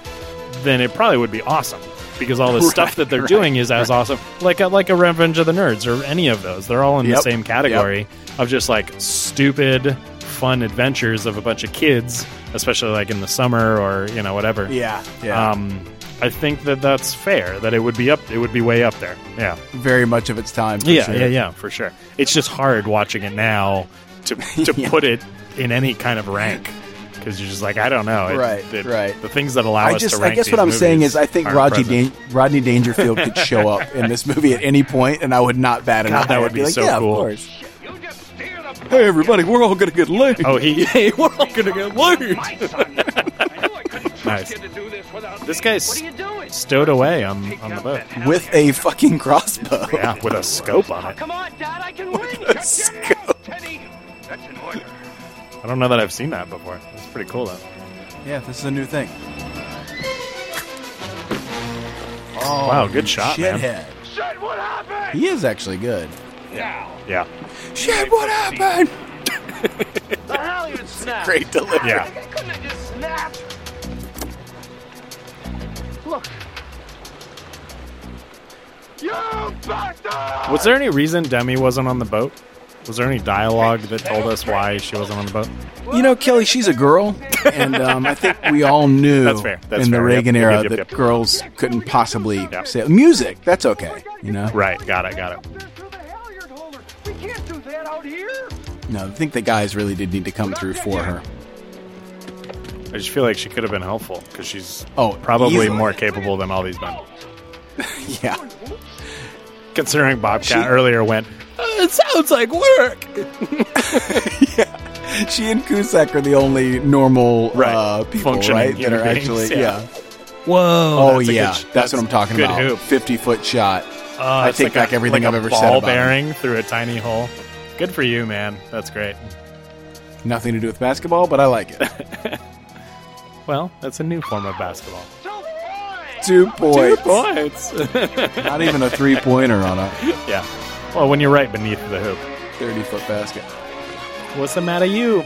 S6: then it probably would be awesome because all the
S7: Right,
S6: stuff that they're
S7: right,
S6: doing is as
S7: right.
S6: awesome. Like a, like a Revenge of the Nerds or any of those. They're all in the
S7: Yep,
S6: same category of just like stupid, fun adventures of a bunch of kids, especially like in the summer or, you know, whatever.
S7: Yeah, yeah.
S6: Um, I think that that's fair, that it would be up, it would be way up there. Yeah.
S7: Very much of its time. for
S6: Yeah,
S7: sure.
S6: yeah, yeah, for sure. It's just hard watching it now to to put it in any kind of rank because you're just like, I don't know, It-
S7: Right,
S6: the,
S7: right.
S6: The things that allow
S7: I
S6: us
S7: just,
S6: to rank.
S7: I guess
S6: these
S7: what I'm
S6: movies
S7: saying is, I think
S6: aren't
S7: Rodney,
S6: present.
S7: Dan- Rodney Dangerfield could show up in this movie at any point, and I would not bat an
S6: God,
S7: eye.
S6: that
S7: I'd
S6: would be
S7: like,
S6: so
S7: yeah,
S6: cool.
S7: Of course. Hey, everybody, we're all gonna get laid.
S6: Oh, he. Hey, we're all gonna get laid. nice. This guy's stowed away on, on the boat
S7: with a fucking crossbow.
S6: Yeah, with a scope on it.
S1: Come on, Dad, I can win.
S7: With a scope.
S6: I don't know that I've seen that before. It's pretty cool though.
S7: Yeah, this is a new thing.
S6: Oh, wow, good shot,
S7: shithead.
S6: man.
S7: Shit, what happened? He is actually good.
S6: Yeah. Yeah.
S7: Shit, what happened?
S16: the hell you snapped?
S7: Great delivery.
S16: I couldn't have just snapped.
S26: Look. You bastard!
S6: Was there any reason Demi wasn't on the boat? Was there any dialogue that told us why she wasn't on the boat?
S7: You know, Kelly, she's a girl, and um, I think we all knew
S6: That's fair. That's
S7: in the
S6: fair. Yep.
S7: Reagan
S6: Yep,
S7: era
S6: yep,
S7: that
S6: yep.
S7: girls couldn't possibly say music. That's okay, you know.
S6: Right. Got it. Got it.
S7: No, I think the guys really did need to come through for her.
S6: I just feel like she could have been helpful because she's
S7: Oh,
S6: probably
S7: easily.
S6: more capable than all these men.
S7: yeah.
S6: Considering Bobcat
S7: She-
S6: earlier went,
S7: It sounds like work. yeah. She and Cusack are the only normal uh, people,
S6: Functioning
S7: right? That
S6: human
S7: are
S6: beings,
S7: actually,
S6: yeah.
S7: yeah.
S6: Whoa.
S7: Oh,
S6: that's a
S7: yeah.
S6: good sh-
S7: that's, what I'm talking
S6: good
S7: about.
S6: hoop.
S7: 50 foot shot.
S6: Uh,
S7: I
S6: it's
S7: take
S6: like
S7: back
S6: a-
S7: everything
S6: like
S7: I've
S6: a
S7: ever
S6: ball
S7: said about it.
S6: bearing through a tiny hole. Good for you, man. That's great.
S7: Nothing to do with basketball, but I like it.
S6: Well, that's a new form of basketball.
S7: Two points.
S6: Two points.
S7: Not even a three pointer on a
S6: Yeah. Well, when you're right beneath the hoop.
S7: 30 foot basket.
S6: What's the matter, you?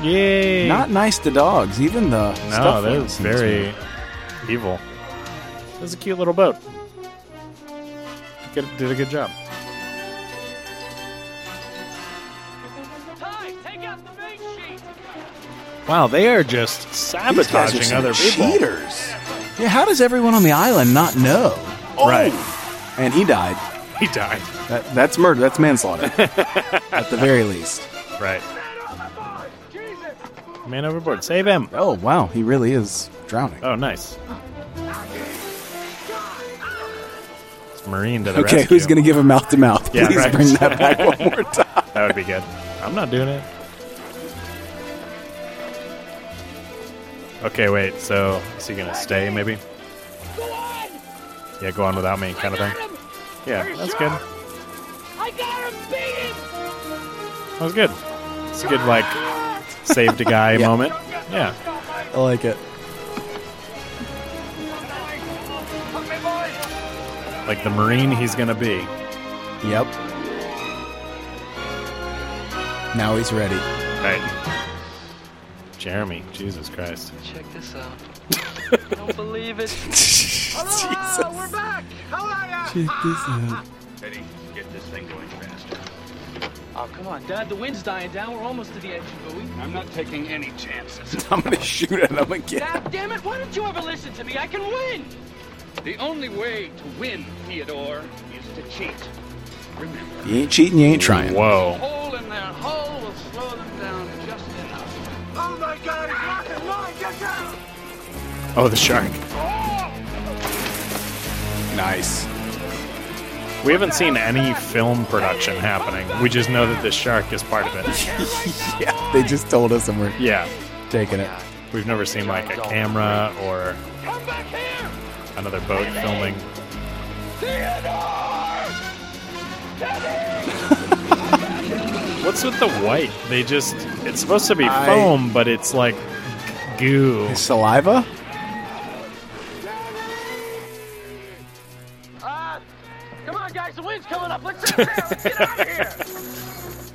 S6: Yay.
S7: Not nice to dogs, even the
S6: No,
S7: stuff
S6: that
S7: ones
S6: is
S7: seems
S6: very evil. It was a cute little boat. Good- did a good job. Wow, they are just
S7: These guys are
S6: sabotaging
S7: some
S6: other people.
S7: Cheaters. Yeah, how does everyone on the island not know?
S6: Right.
S7: Oh. And he died.
S6: He died.
S7: That, that's murder. That's manslaughter. At the very least.
S6: Right. Man overboard. Save him.
S7: Oh, wow. He really is drowning.
S6: Oh, nice. It's Marine to the
S7: okay,
S6: rescue.
S7: who's going to give him mouth to mouth?
S6: Yeah,
S7: Please
S6: right.
S7: bring that back one more time.
S6: That would be good. I'm not doing it. Okay, wait. So, is he gonna stay? Maybe. Go on. Yeah, go on without me, kind of thing. Yeah, that's good.
S16: I got him
S6: That was good. It's a good like saved a guy
S7: Yeah.
S6: moment. Yeah.
S7: I like it.
S6: Like the Marine he's gonna be.
S7: Yep. Now he's ready.
S6: Right. Jeremy, Jesus Christ.
S16: Check this out. don't believe it.
S7: Aloha,
S16: we're back. How are ya?
S7: Check this
S21: Ah.
S7: out.
S16: Eddie, get this thing going fast.
S21: Oh, come on, Dad. The wind's dying down. We're almost to the edge of buoy. I'm not taking any chances.
S7: I'm going to shoot at him again.
S21: God damn it. Why don't you ever listen to me? I can win. The only way to win, Theodore, is to cheat. Remember,
S7: You ain't cheating, you ain't trying.
S6: Whoa.
S21: hole in their hull will slow them down just enough.
S16: Oh my god, he's rocking mine. Get down.
S6: Oh, the shark.
S7: Nice.
S6: We haven't seen any film production happening. We just know that this shark is part of it.
S7: yeah, they just told us and we're
S6: yeah.
S7: taking it.
S6: We've never seen like a camera or another boat filming. What's with the white? They just it's supposed to be
S7: I-
S6: foam, but it's like goo.
S7: Saliva?
S21: Come on, guys. The wind's coming up. Let's get out of here.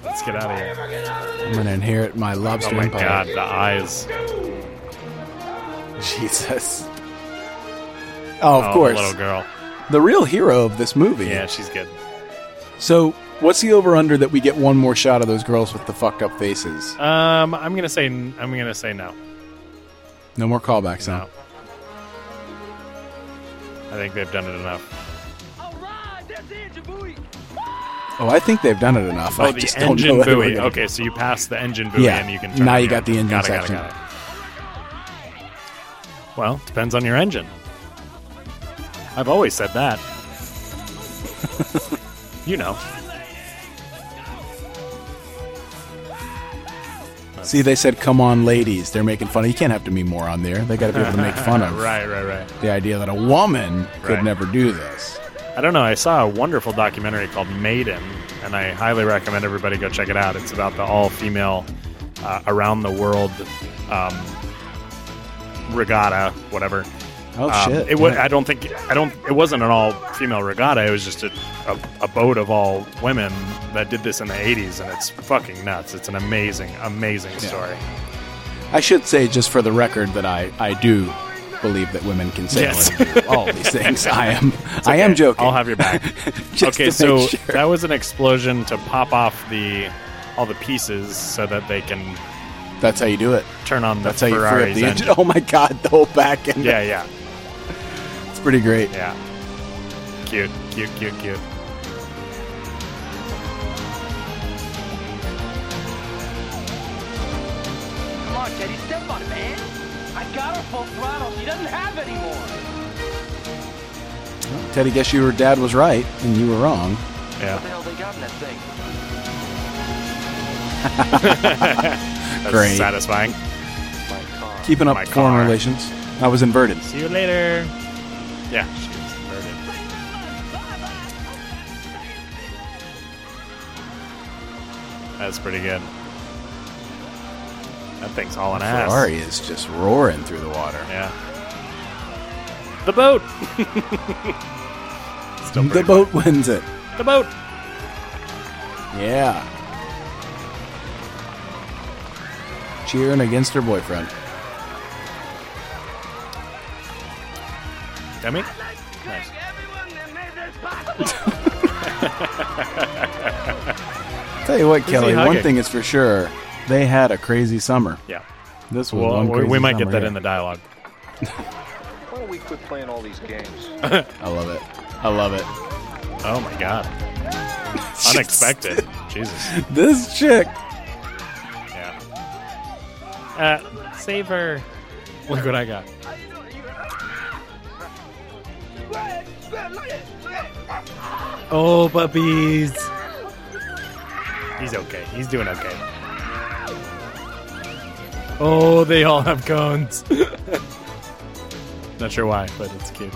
S6: Let's get out of here.
S7: I'm going to inherit my
S6: Oh
S7: lobster
S6: my
S7: empire.
S6: god, the eyes.
S7: Jesus. Oh, of
S6: the
S7: course.
S6: little girl.
S7: The real hero of this movie.
S6: Yeah, she's good.
S7: So, what's the over under that we get one more shot of those girls with the fucked up faces?
S6: Um, I'm gonna say I'm gonna say no.
S7: No more callbacks, huh?
S6: I think they've done it enough.
S7: Oh, I think they've done it enough.
S6: Oh,
S7: I
S6: the
S7: just don't know
S6: engine
S7: whether we're
S6: buoy.
S7: gonna-
S6: Okay, so you pass the engine buoy
S7: Yeah,
S6: and you can turn.
S7: now
S6: it
S7: you got
S6: on.
S7: the engine
S6: Got it, got it,
S7: section.
S6: got it. Well, depends on your engine. I've always said that. you know.
S7: See, they said, "Come on, ladies." They're making fun. of You can't have to be more on there. They got to be able to make fun of
S6: right, right, right.
S7: the idea that a woman could
S6: Right.
S7: never do this.
S6: I don't know. I saw a wonderful documentary called Maiden, and I highly recommend everybody go check it out. It's about the all female uh, around the world um, regatta, whatever.
S7: Oh,
S6: Um,
S7: shit.
S6: It was,
S7: Yeah.
S6: I don't think I don't. It wasn't an all female regatta. It was just a, a, a boat of all women that did this in the '80s, and it's fucking nuts. It's an amazing, amazing story.
S7: I should say, just for the record, that I, I do believe that women can sail
S6: Yes.
S7: and do all these things. I am
S6: It's
S7: I am
S6: okay.
S7: joking.
S6: I'll have your back.
S7: Just
S6: okay,
S7: to
S6: so
S7: make sure.
S6: that was an explosion to pop off the all the pieces so that they can.
S7: That's how you do it.
S6: Turn on the
S7: That's how you free up
S6: Ferrari's
S7: the
S6: engine.
S7: engine. Oh my god, the whole back end.
S6: Yeah, yeah.
S7: It's pretty great.
S6: Yeah. Cute, cute, cute, cute.
S29: Come on, Teddy, step on it, man. I got her full throttle. She doesn't have any more.
S7: Teddy, guess your dad was right and you were wrong.
S6: Yeah.
S29: What the hell they got in that thing?
S6: That's
S7: Great.
S6: satisfying.
S7: Keeping up
S6: My
S7: foreign relations. I was inverted.
S6: See you later. Yeah, she's inverted. That's pretty good. That thing's hauling ass.
S7: Ferrari is just roaring through the water.
S6: Yeah. The boat. Still
S7: the
S6: pretty
S7: boat wins it.
S6: The boat.
S7: Yeah. Cheering against her boyfriend.
S6: Demi? Nice.
S7: Tell you what,
S6: Who's he
S7: Kelly, one
S6: hugging?
S7: thing is for sure. They had a crazy summer.
S6: Yeah.
S7: This was
S6: Well,
S7: one
S6: we-
S7: crazy
S6: we might get
S7: summer,
S6: that
S7: yeah.
S6: in the dialogue.
S11: Why don't we quit playing all these games?
S7: I love it. I love it.
S6: Oh my god. Unexpected. Jesus.
S7: This chick.
S6: Yeah. Uh, save her. Look what I got. Oh, puppies. He's okay. He's doing okay. Oh, they all have cones. Not sure why, but it's cute.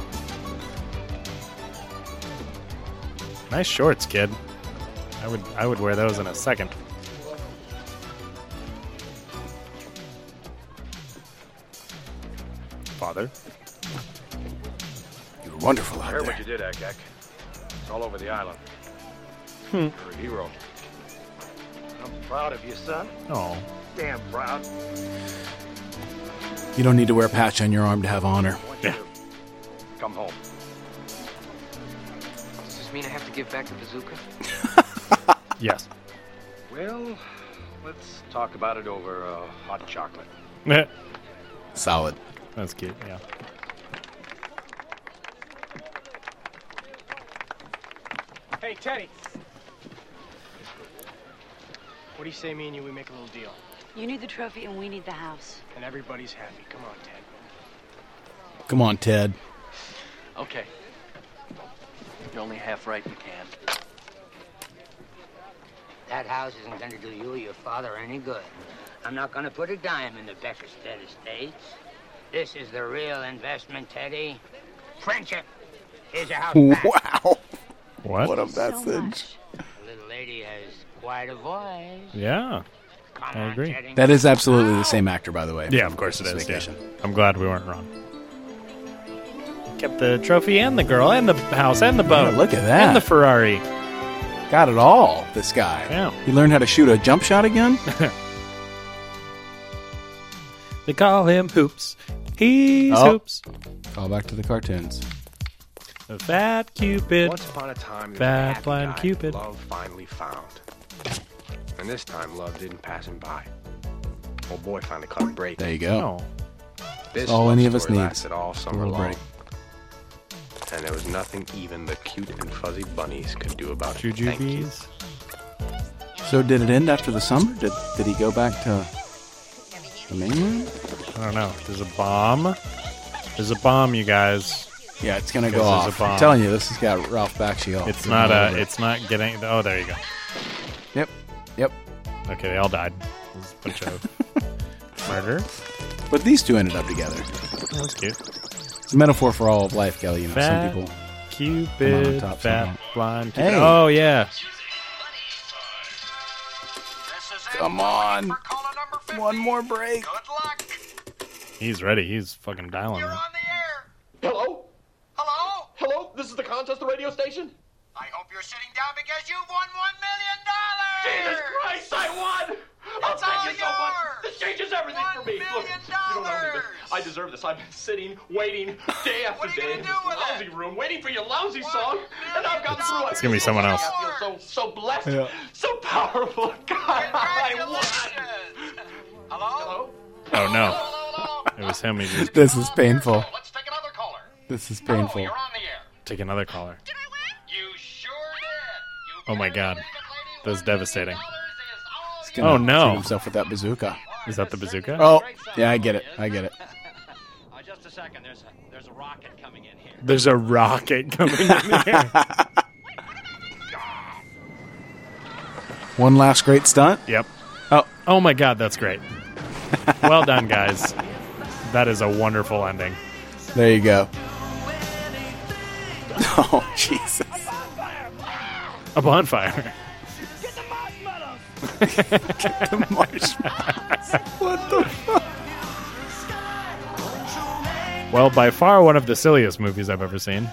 S6: Nice shorts, kid. I would I would wear those in a second. Father.
S7: You were wonderful
S11: I
S7: out
S11: heard
S7: there.
S11: what you did, Ek Ek. It's all over the island.
S6: Hmm.
S11: You're a hero. I'm proud of you, son.
S6: Oh.
S11: Damn proud.
S7: You don't need to wear a patch on your arm to have honor.
S6: Yeah.
S11: Come home.
S30: Does this mean I have to give back the bazooka?
S6: Yes.
S11: Well, let's talk about it over uh, hot chocolate.
S7: Solid.
S6: That's cute, yeah.
S2: Hey, Teddy. What do you say, me and you, we make a little deal?
S5: You need the trophy and we need the house.
S2: And everybody's happy. Come on, Ted.
S7: Come on, Ted.
S3: Okay. You're only half right, McCann.
S1: That house isn't going to do you or your father any good. I'm not going to put a dime in the Beckerstead Estates. This is the real investment, Teddy. Friendship. Here's your house back.
S7: Wow.
S6: What?
S7: What a
S1: So
S7: message.
S1: The little lady has quite a voice.
S6: Yeah.
S1: Come
S6: I
S1: on,
S6: agree.
S1: Teddy.
S7: That is absolutely the same actor, by the way.
S6: Yeah, of course it is. Yeah.
S7: Vacation.
S6: I'm glad we weren't wrong. Kept the trophy and the girl and the house and the boat.
S7: Yeah, Oh, look at that.
S6: And the Ferrari.
S7: Got it all, this guy.
S6: Yeah.
S7: He learned how to shoot a jump shot again?
S6: They call him Hoops. He's
S7: Oh.
S6: Hoops.
S7: Call back to the cartoons.
S6: The fat Cupid.
S2: Once upon a time, there was a
S6: Fat
S2: happy
S6: blind
S2: guy
S6: Cupid.
S2: love finally found. And this time, love didn't pass him by. Old boy finally caught a break.
S7: There you go.
S2: This
S7: all
S2: love
S7: any of us
S2: story
S7: needs.
S2: lasted all
S7: It's a
S2: summer
S7: little
S2: long.
S7: break.
S2: And there was nothing even the cute and fuzzy bunnies could do about it. Thank you.
S6: Jujubes. Oh.
S7: So did it end after the summer? Did did he go back to the mainland?
S6: I don't know. There's a bomb. There's a bomb, you guys.
S7: Yeah, it's gonna
S6: This
S7: go
S6: is
S7: off.
S6: a bomb.
S7: I'm telling you, this has got Ralph Bakshi off.
S6: It's not a. It's not getting. Oh, there you go.
S7: Yep. Yep.
S6: Okay, they all died. There's a bunch of murder.
S7: But these two ended up together.
S6: That was cute.
S7: It's a metaphor for all of life, Kelly. You know,
S6: Fat
S7: some people
S6: Cupid,
S7: top
S6: fat, blind.
S7: Hey.
S6: Cupid. Oh, yeah.
S7: Come on. One more break.
S6: He's ready. He's fucking dialing. it.
S13: Hello? Hello? Hello? This is the contest the radio station? I hope you're sitting down because you've won one million dollars! Jesus Christ, I won! I'll thank you so much! This changes everything for me! Look, you don't know me, but I deserve this. I've been sitting, waiting, day after day in this lousy room, waiting for your lousy song, and I've gotten through it.
S6: It's gonna be someone else.
S13: I feel so, so blessed,
S6: Yeah.
S13: so powerful. God, I won! Hello?
S6: Oh no, it was him. He just
S7: This is painful. This is painful.
S6: Take another caller. Oh my god, that's devastating.
S7: He's gonna
S6: Oh no,
S7: shoot himself with that bazooka.
S6: Is that the bazooka?
S7: Oh, yeah, I get it. I get it.
S6: There's a rocket coming in here.
S7: One last great stunt.
S6: Yep. Oh, oh my God, that's great. well done, guys. That is a wonderful ending.
S7: There you go. Oh Jesus!
S6: A bonfire.
S7: Get the marshmallows. what the fuck?
S6: Well, by far one of the silliest movies I've ever seen.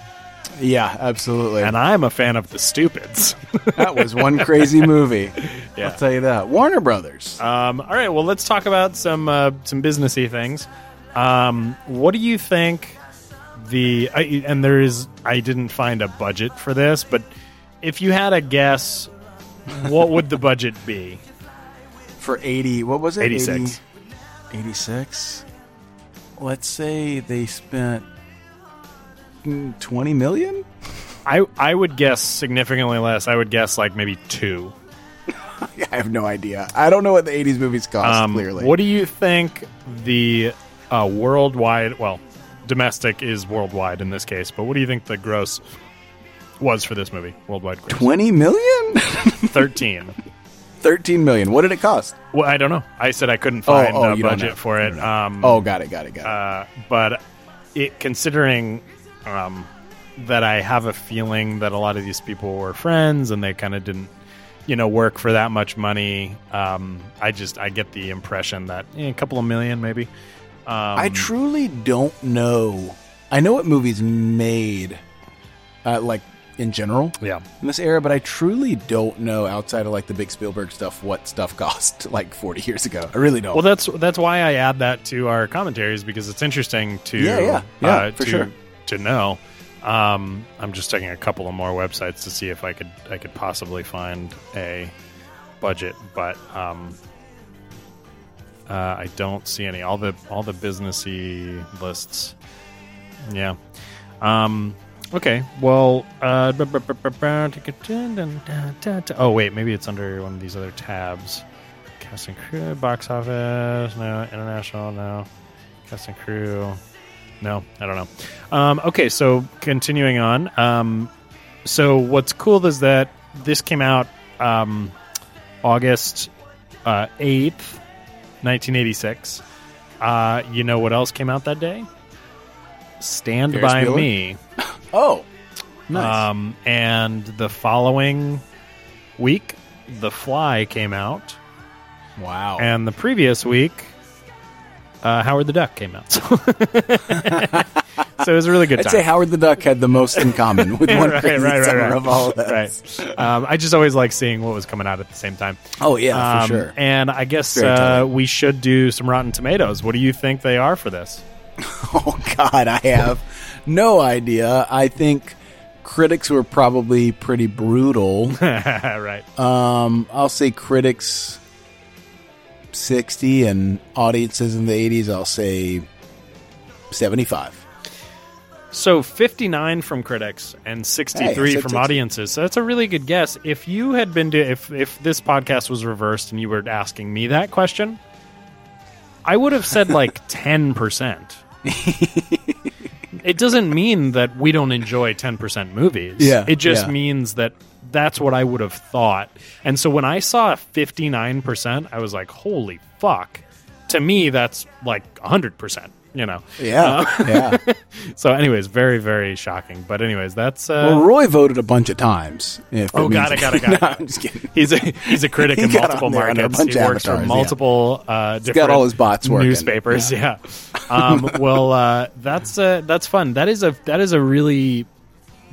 S7: Yeah, absolutely.
S6: And I'm a fan of the stupids.
S7: That was one crazy movie.
S6: Yeah.
S7: I'll tell you that. Warner Brothers.
S6: Um, all right, well, let's talk about some uh, some businessy things. Um, what do you think the I, and there is I didn't find a budget for this, but if you had a guess, what would the budget be?
S7: for 80 what was it
S6: 86.
S7: 80 86 let's say they spent mm, 20 million
S6: I I would guess significantly less. I would guess like maybe two.
S7: i have no idea i don't know what the 80s movies cost
S6: Um,
S7: clearly
S6: What do you think the uh, worldwide, well, domestic is worldwide in this case, but what do you think the gross was for this movie? Worldwide gross.
S7: 20 million
S6: 13.
S7: 13 million what did it cost
S6: Well, I don't know. I said I couldn't
S7: Oh,
S6: find
S7: oh,
S6: a
S7: you don't
S6: budget
S7: know.
S6: for it. Um,
S7: Oh, got it, got it, got
S6: it. Uh, but it considering um, that I have a feeling that a lot of these people were friends and they kind of didn't, you know, work for that much money. Um, I just I get the impression that eh, a couple of million maybe. Um,
S7: i truly don't know i know what movies made uh, like in general
S6: yeah
S7: in this era but i truly don't know outside of like the big spielberg stuff what stuff cost like 40 years ago i really don't
S6: Well, that's that's why I add that to our commentaries because it's interesting to
S7: Yeah, yeah, yeah,
S6: uh,
S7: for
S6: to,
S7: sure.
S6: to know. Um, I'm just checking a couple of more websites to see if I could I could possibly find a budget, but um, uh, I don't see any. All the all the businessy lists. Yeah. Um, okay. Well. Uh, oh wait, maybe it's under one of these other tabs. Cast and crew, box office, no, international, no. Cast and crew, no. I don't know. Um, okay, so continuing on. Um, so what's cool is that this came out um, August uh, 8th, 1986. Uh, you know what else came out that day? Stand
S7: Ferris
S6: by
S7: Bueller?
S6: Me.
S7: oh nice
S6: Um, and the following week, The Fly came out.
S7: wow
S6: And the previous week, uh, Howard the Duck came out. So, so it was a really good
S7: I'd
S6: time.
S7: say Howard the Duck had the most in common with one
S6: right, right,
S7: crazy
S6: right,
S7: summer
S6: right.
S7: of all of us.
S6: Right. Um, I just always like seeing what was coming out at the same time.
S7: Oh, yeah, for
S6: Um,
S7: sure.
S6: And I guess
S7: Very
S6: uh,
S7: telling.
S6: we should do some Rotten Tomatoes. What do you think they are for this?
S7: Oh, God, I have no idea. I think critics were probably pretty brutal.
S6: right.
S7: Um, I'll say critics 60 and audiences in the 80s, I'll say 75.
S6: So 59 from critics and 63
S7: Hey, it's-
S6: from
S7: it's-
S6: audiences. So that's a really good guess. If you had been to if if this podcast was reversed and you were asking me that question, I would have said like 10%. it doesn't mean that we don't enjoy 10% movies.
S7: Yeah,
S6: It just
S7: yeah.
S6: means that that's what I would have thought. And so when I saw 59%, I was like, "Holy fuck." To me that's like 100%. you know.
S7: Yeah, yeah.
S6: so, anyways, very very shocking. But anyways, that's uh,
S7: well, Roy voted a bunch of times. If
S6: Oh,
S7: means-
S6: got it, got it, got it.
S7: No, I'm just kidding.
S6: He's a he's a critic
S7: He
S6: in
S7: got
S6: multiple
S7: on there under a
S6: markets.
S7: bunch
S6: he
S7: of
S6: works for
S7: avatars, yeah.
S6: multiple uh,
S7: He's got
S6: different
S7: all his bots working.
S6: newspapers.
S7: Yeah.
S6: Yeah. Um, well, uh, that's uh, that's fun. That is a that is a really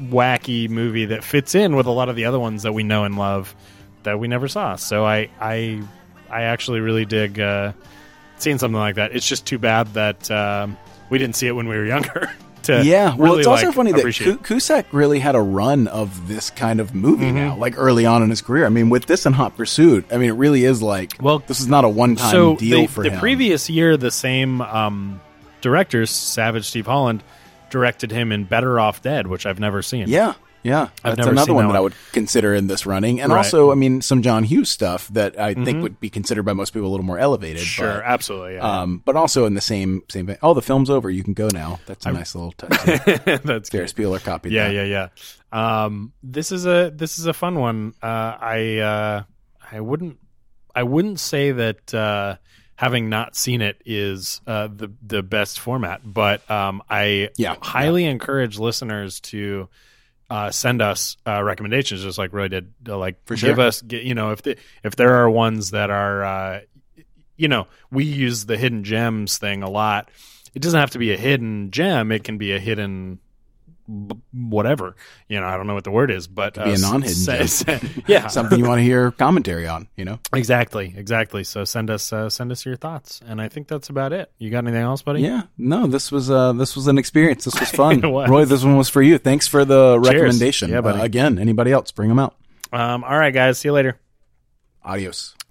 S6: wacky movie that fits in with a lot of the other ones that we know and love that we never saw. So I I I actually really dig uh, seeing something like that. It's just too bad that um, we didn't see it when we were younger. to
S7: yeah, well,
S6: really,
S7: it's also
S6: like,
S7: funny that
S6: appreciate.
S7: Ku- Cusack really had a run of this kind of movie
S6: Mhm.
S7: now, like early on in his career. I mean, with this and Hot Pursuit, I mean, it really is like, well, this is not a one-time
S6: so
S7: deal
S6: the,
S7: for
S6: the
S7: him.
S6: previous year the same um, director savage steve holland directed him in better off dead which i've never seen
S7: yeah, yeah,
S6: I've
S7: that's
S6: never
S7: another
S6: seen that
S7: one that I
S6: one.
S7: would consider in this running, and
S6: Right.
S7: also, I mean, some John Hughes stuff that I think
S6: Mhm.
S7: would be considered by most people a little more elevated.
S6: sure
S7: but,
S6: absolutely yeah.
S7: Um, but also in the same same vein. Oh, the film's over. You can go now. That's a
S6: I'm-
S7: nice little touch.
S6: that's
S7: Ferris Bueller copied.
S6: yeah
S7: that.
S6: yeah yeah um, this is a this is a fun one uh, i uh, i wouldn't i wouldn't say that uh, having not seen it is uh, the the best format but um, i
S7: Yeah,
S6: highly encourage listeners to uh, send us uh, recommendations just like roy did to, like
S7: For
S6: give
S7: sure.
S6: us gi- you know if the, if there are ones that are uh, you know, we use the hidden gems thing a lot. It doesn't have to be a hidden gem. It can be a hidden b- whatever. You know, I don't know what the word is, but uh,
S7: Could be a non-hidden
S6: se-
S7: gem.
S6: se- yeah,
S7: something you want to hear commentary on. You know,
S6: exactly, exactly. So send us uh, send us your thoughts, and I think that's about it. You got anything else, buddy?
S7: Yeah. No, this was uh this was an experience. This was fun.
S6: It was.
S7: Roy, this one was for you. Thanks for the
S6: Cheers.
S7: recommendation.
S6: Yeah, buddy.
S7: Uh, again, anybody else, bring them out.
S6: Um, all right, guys. See you later.
S7: Adios.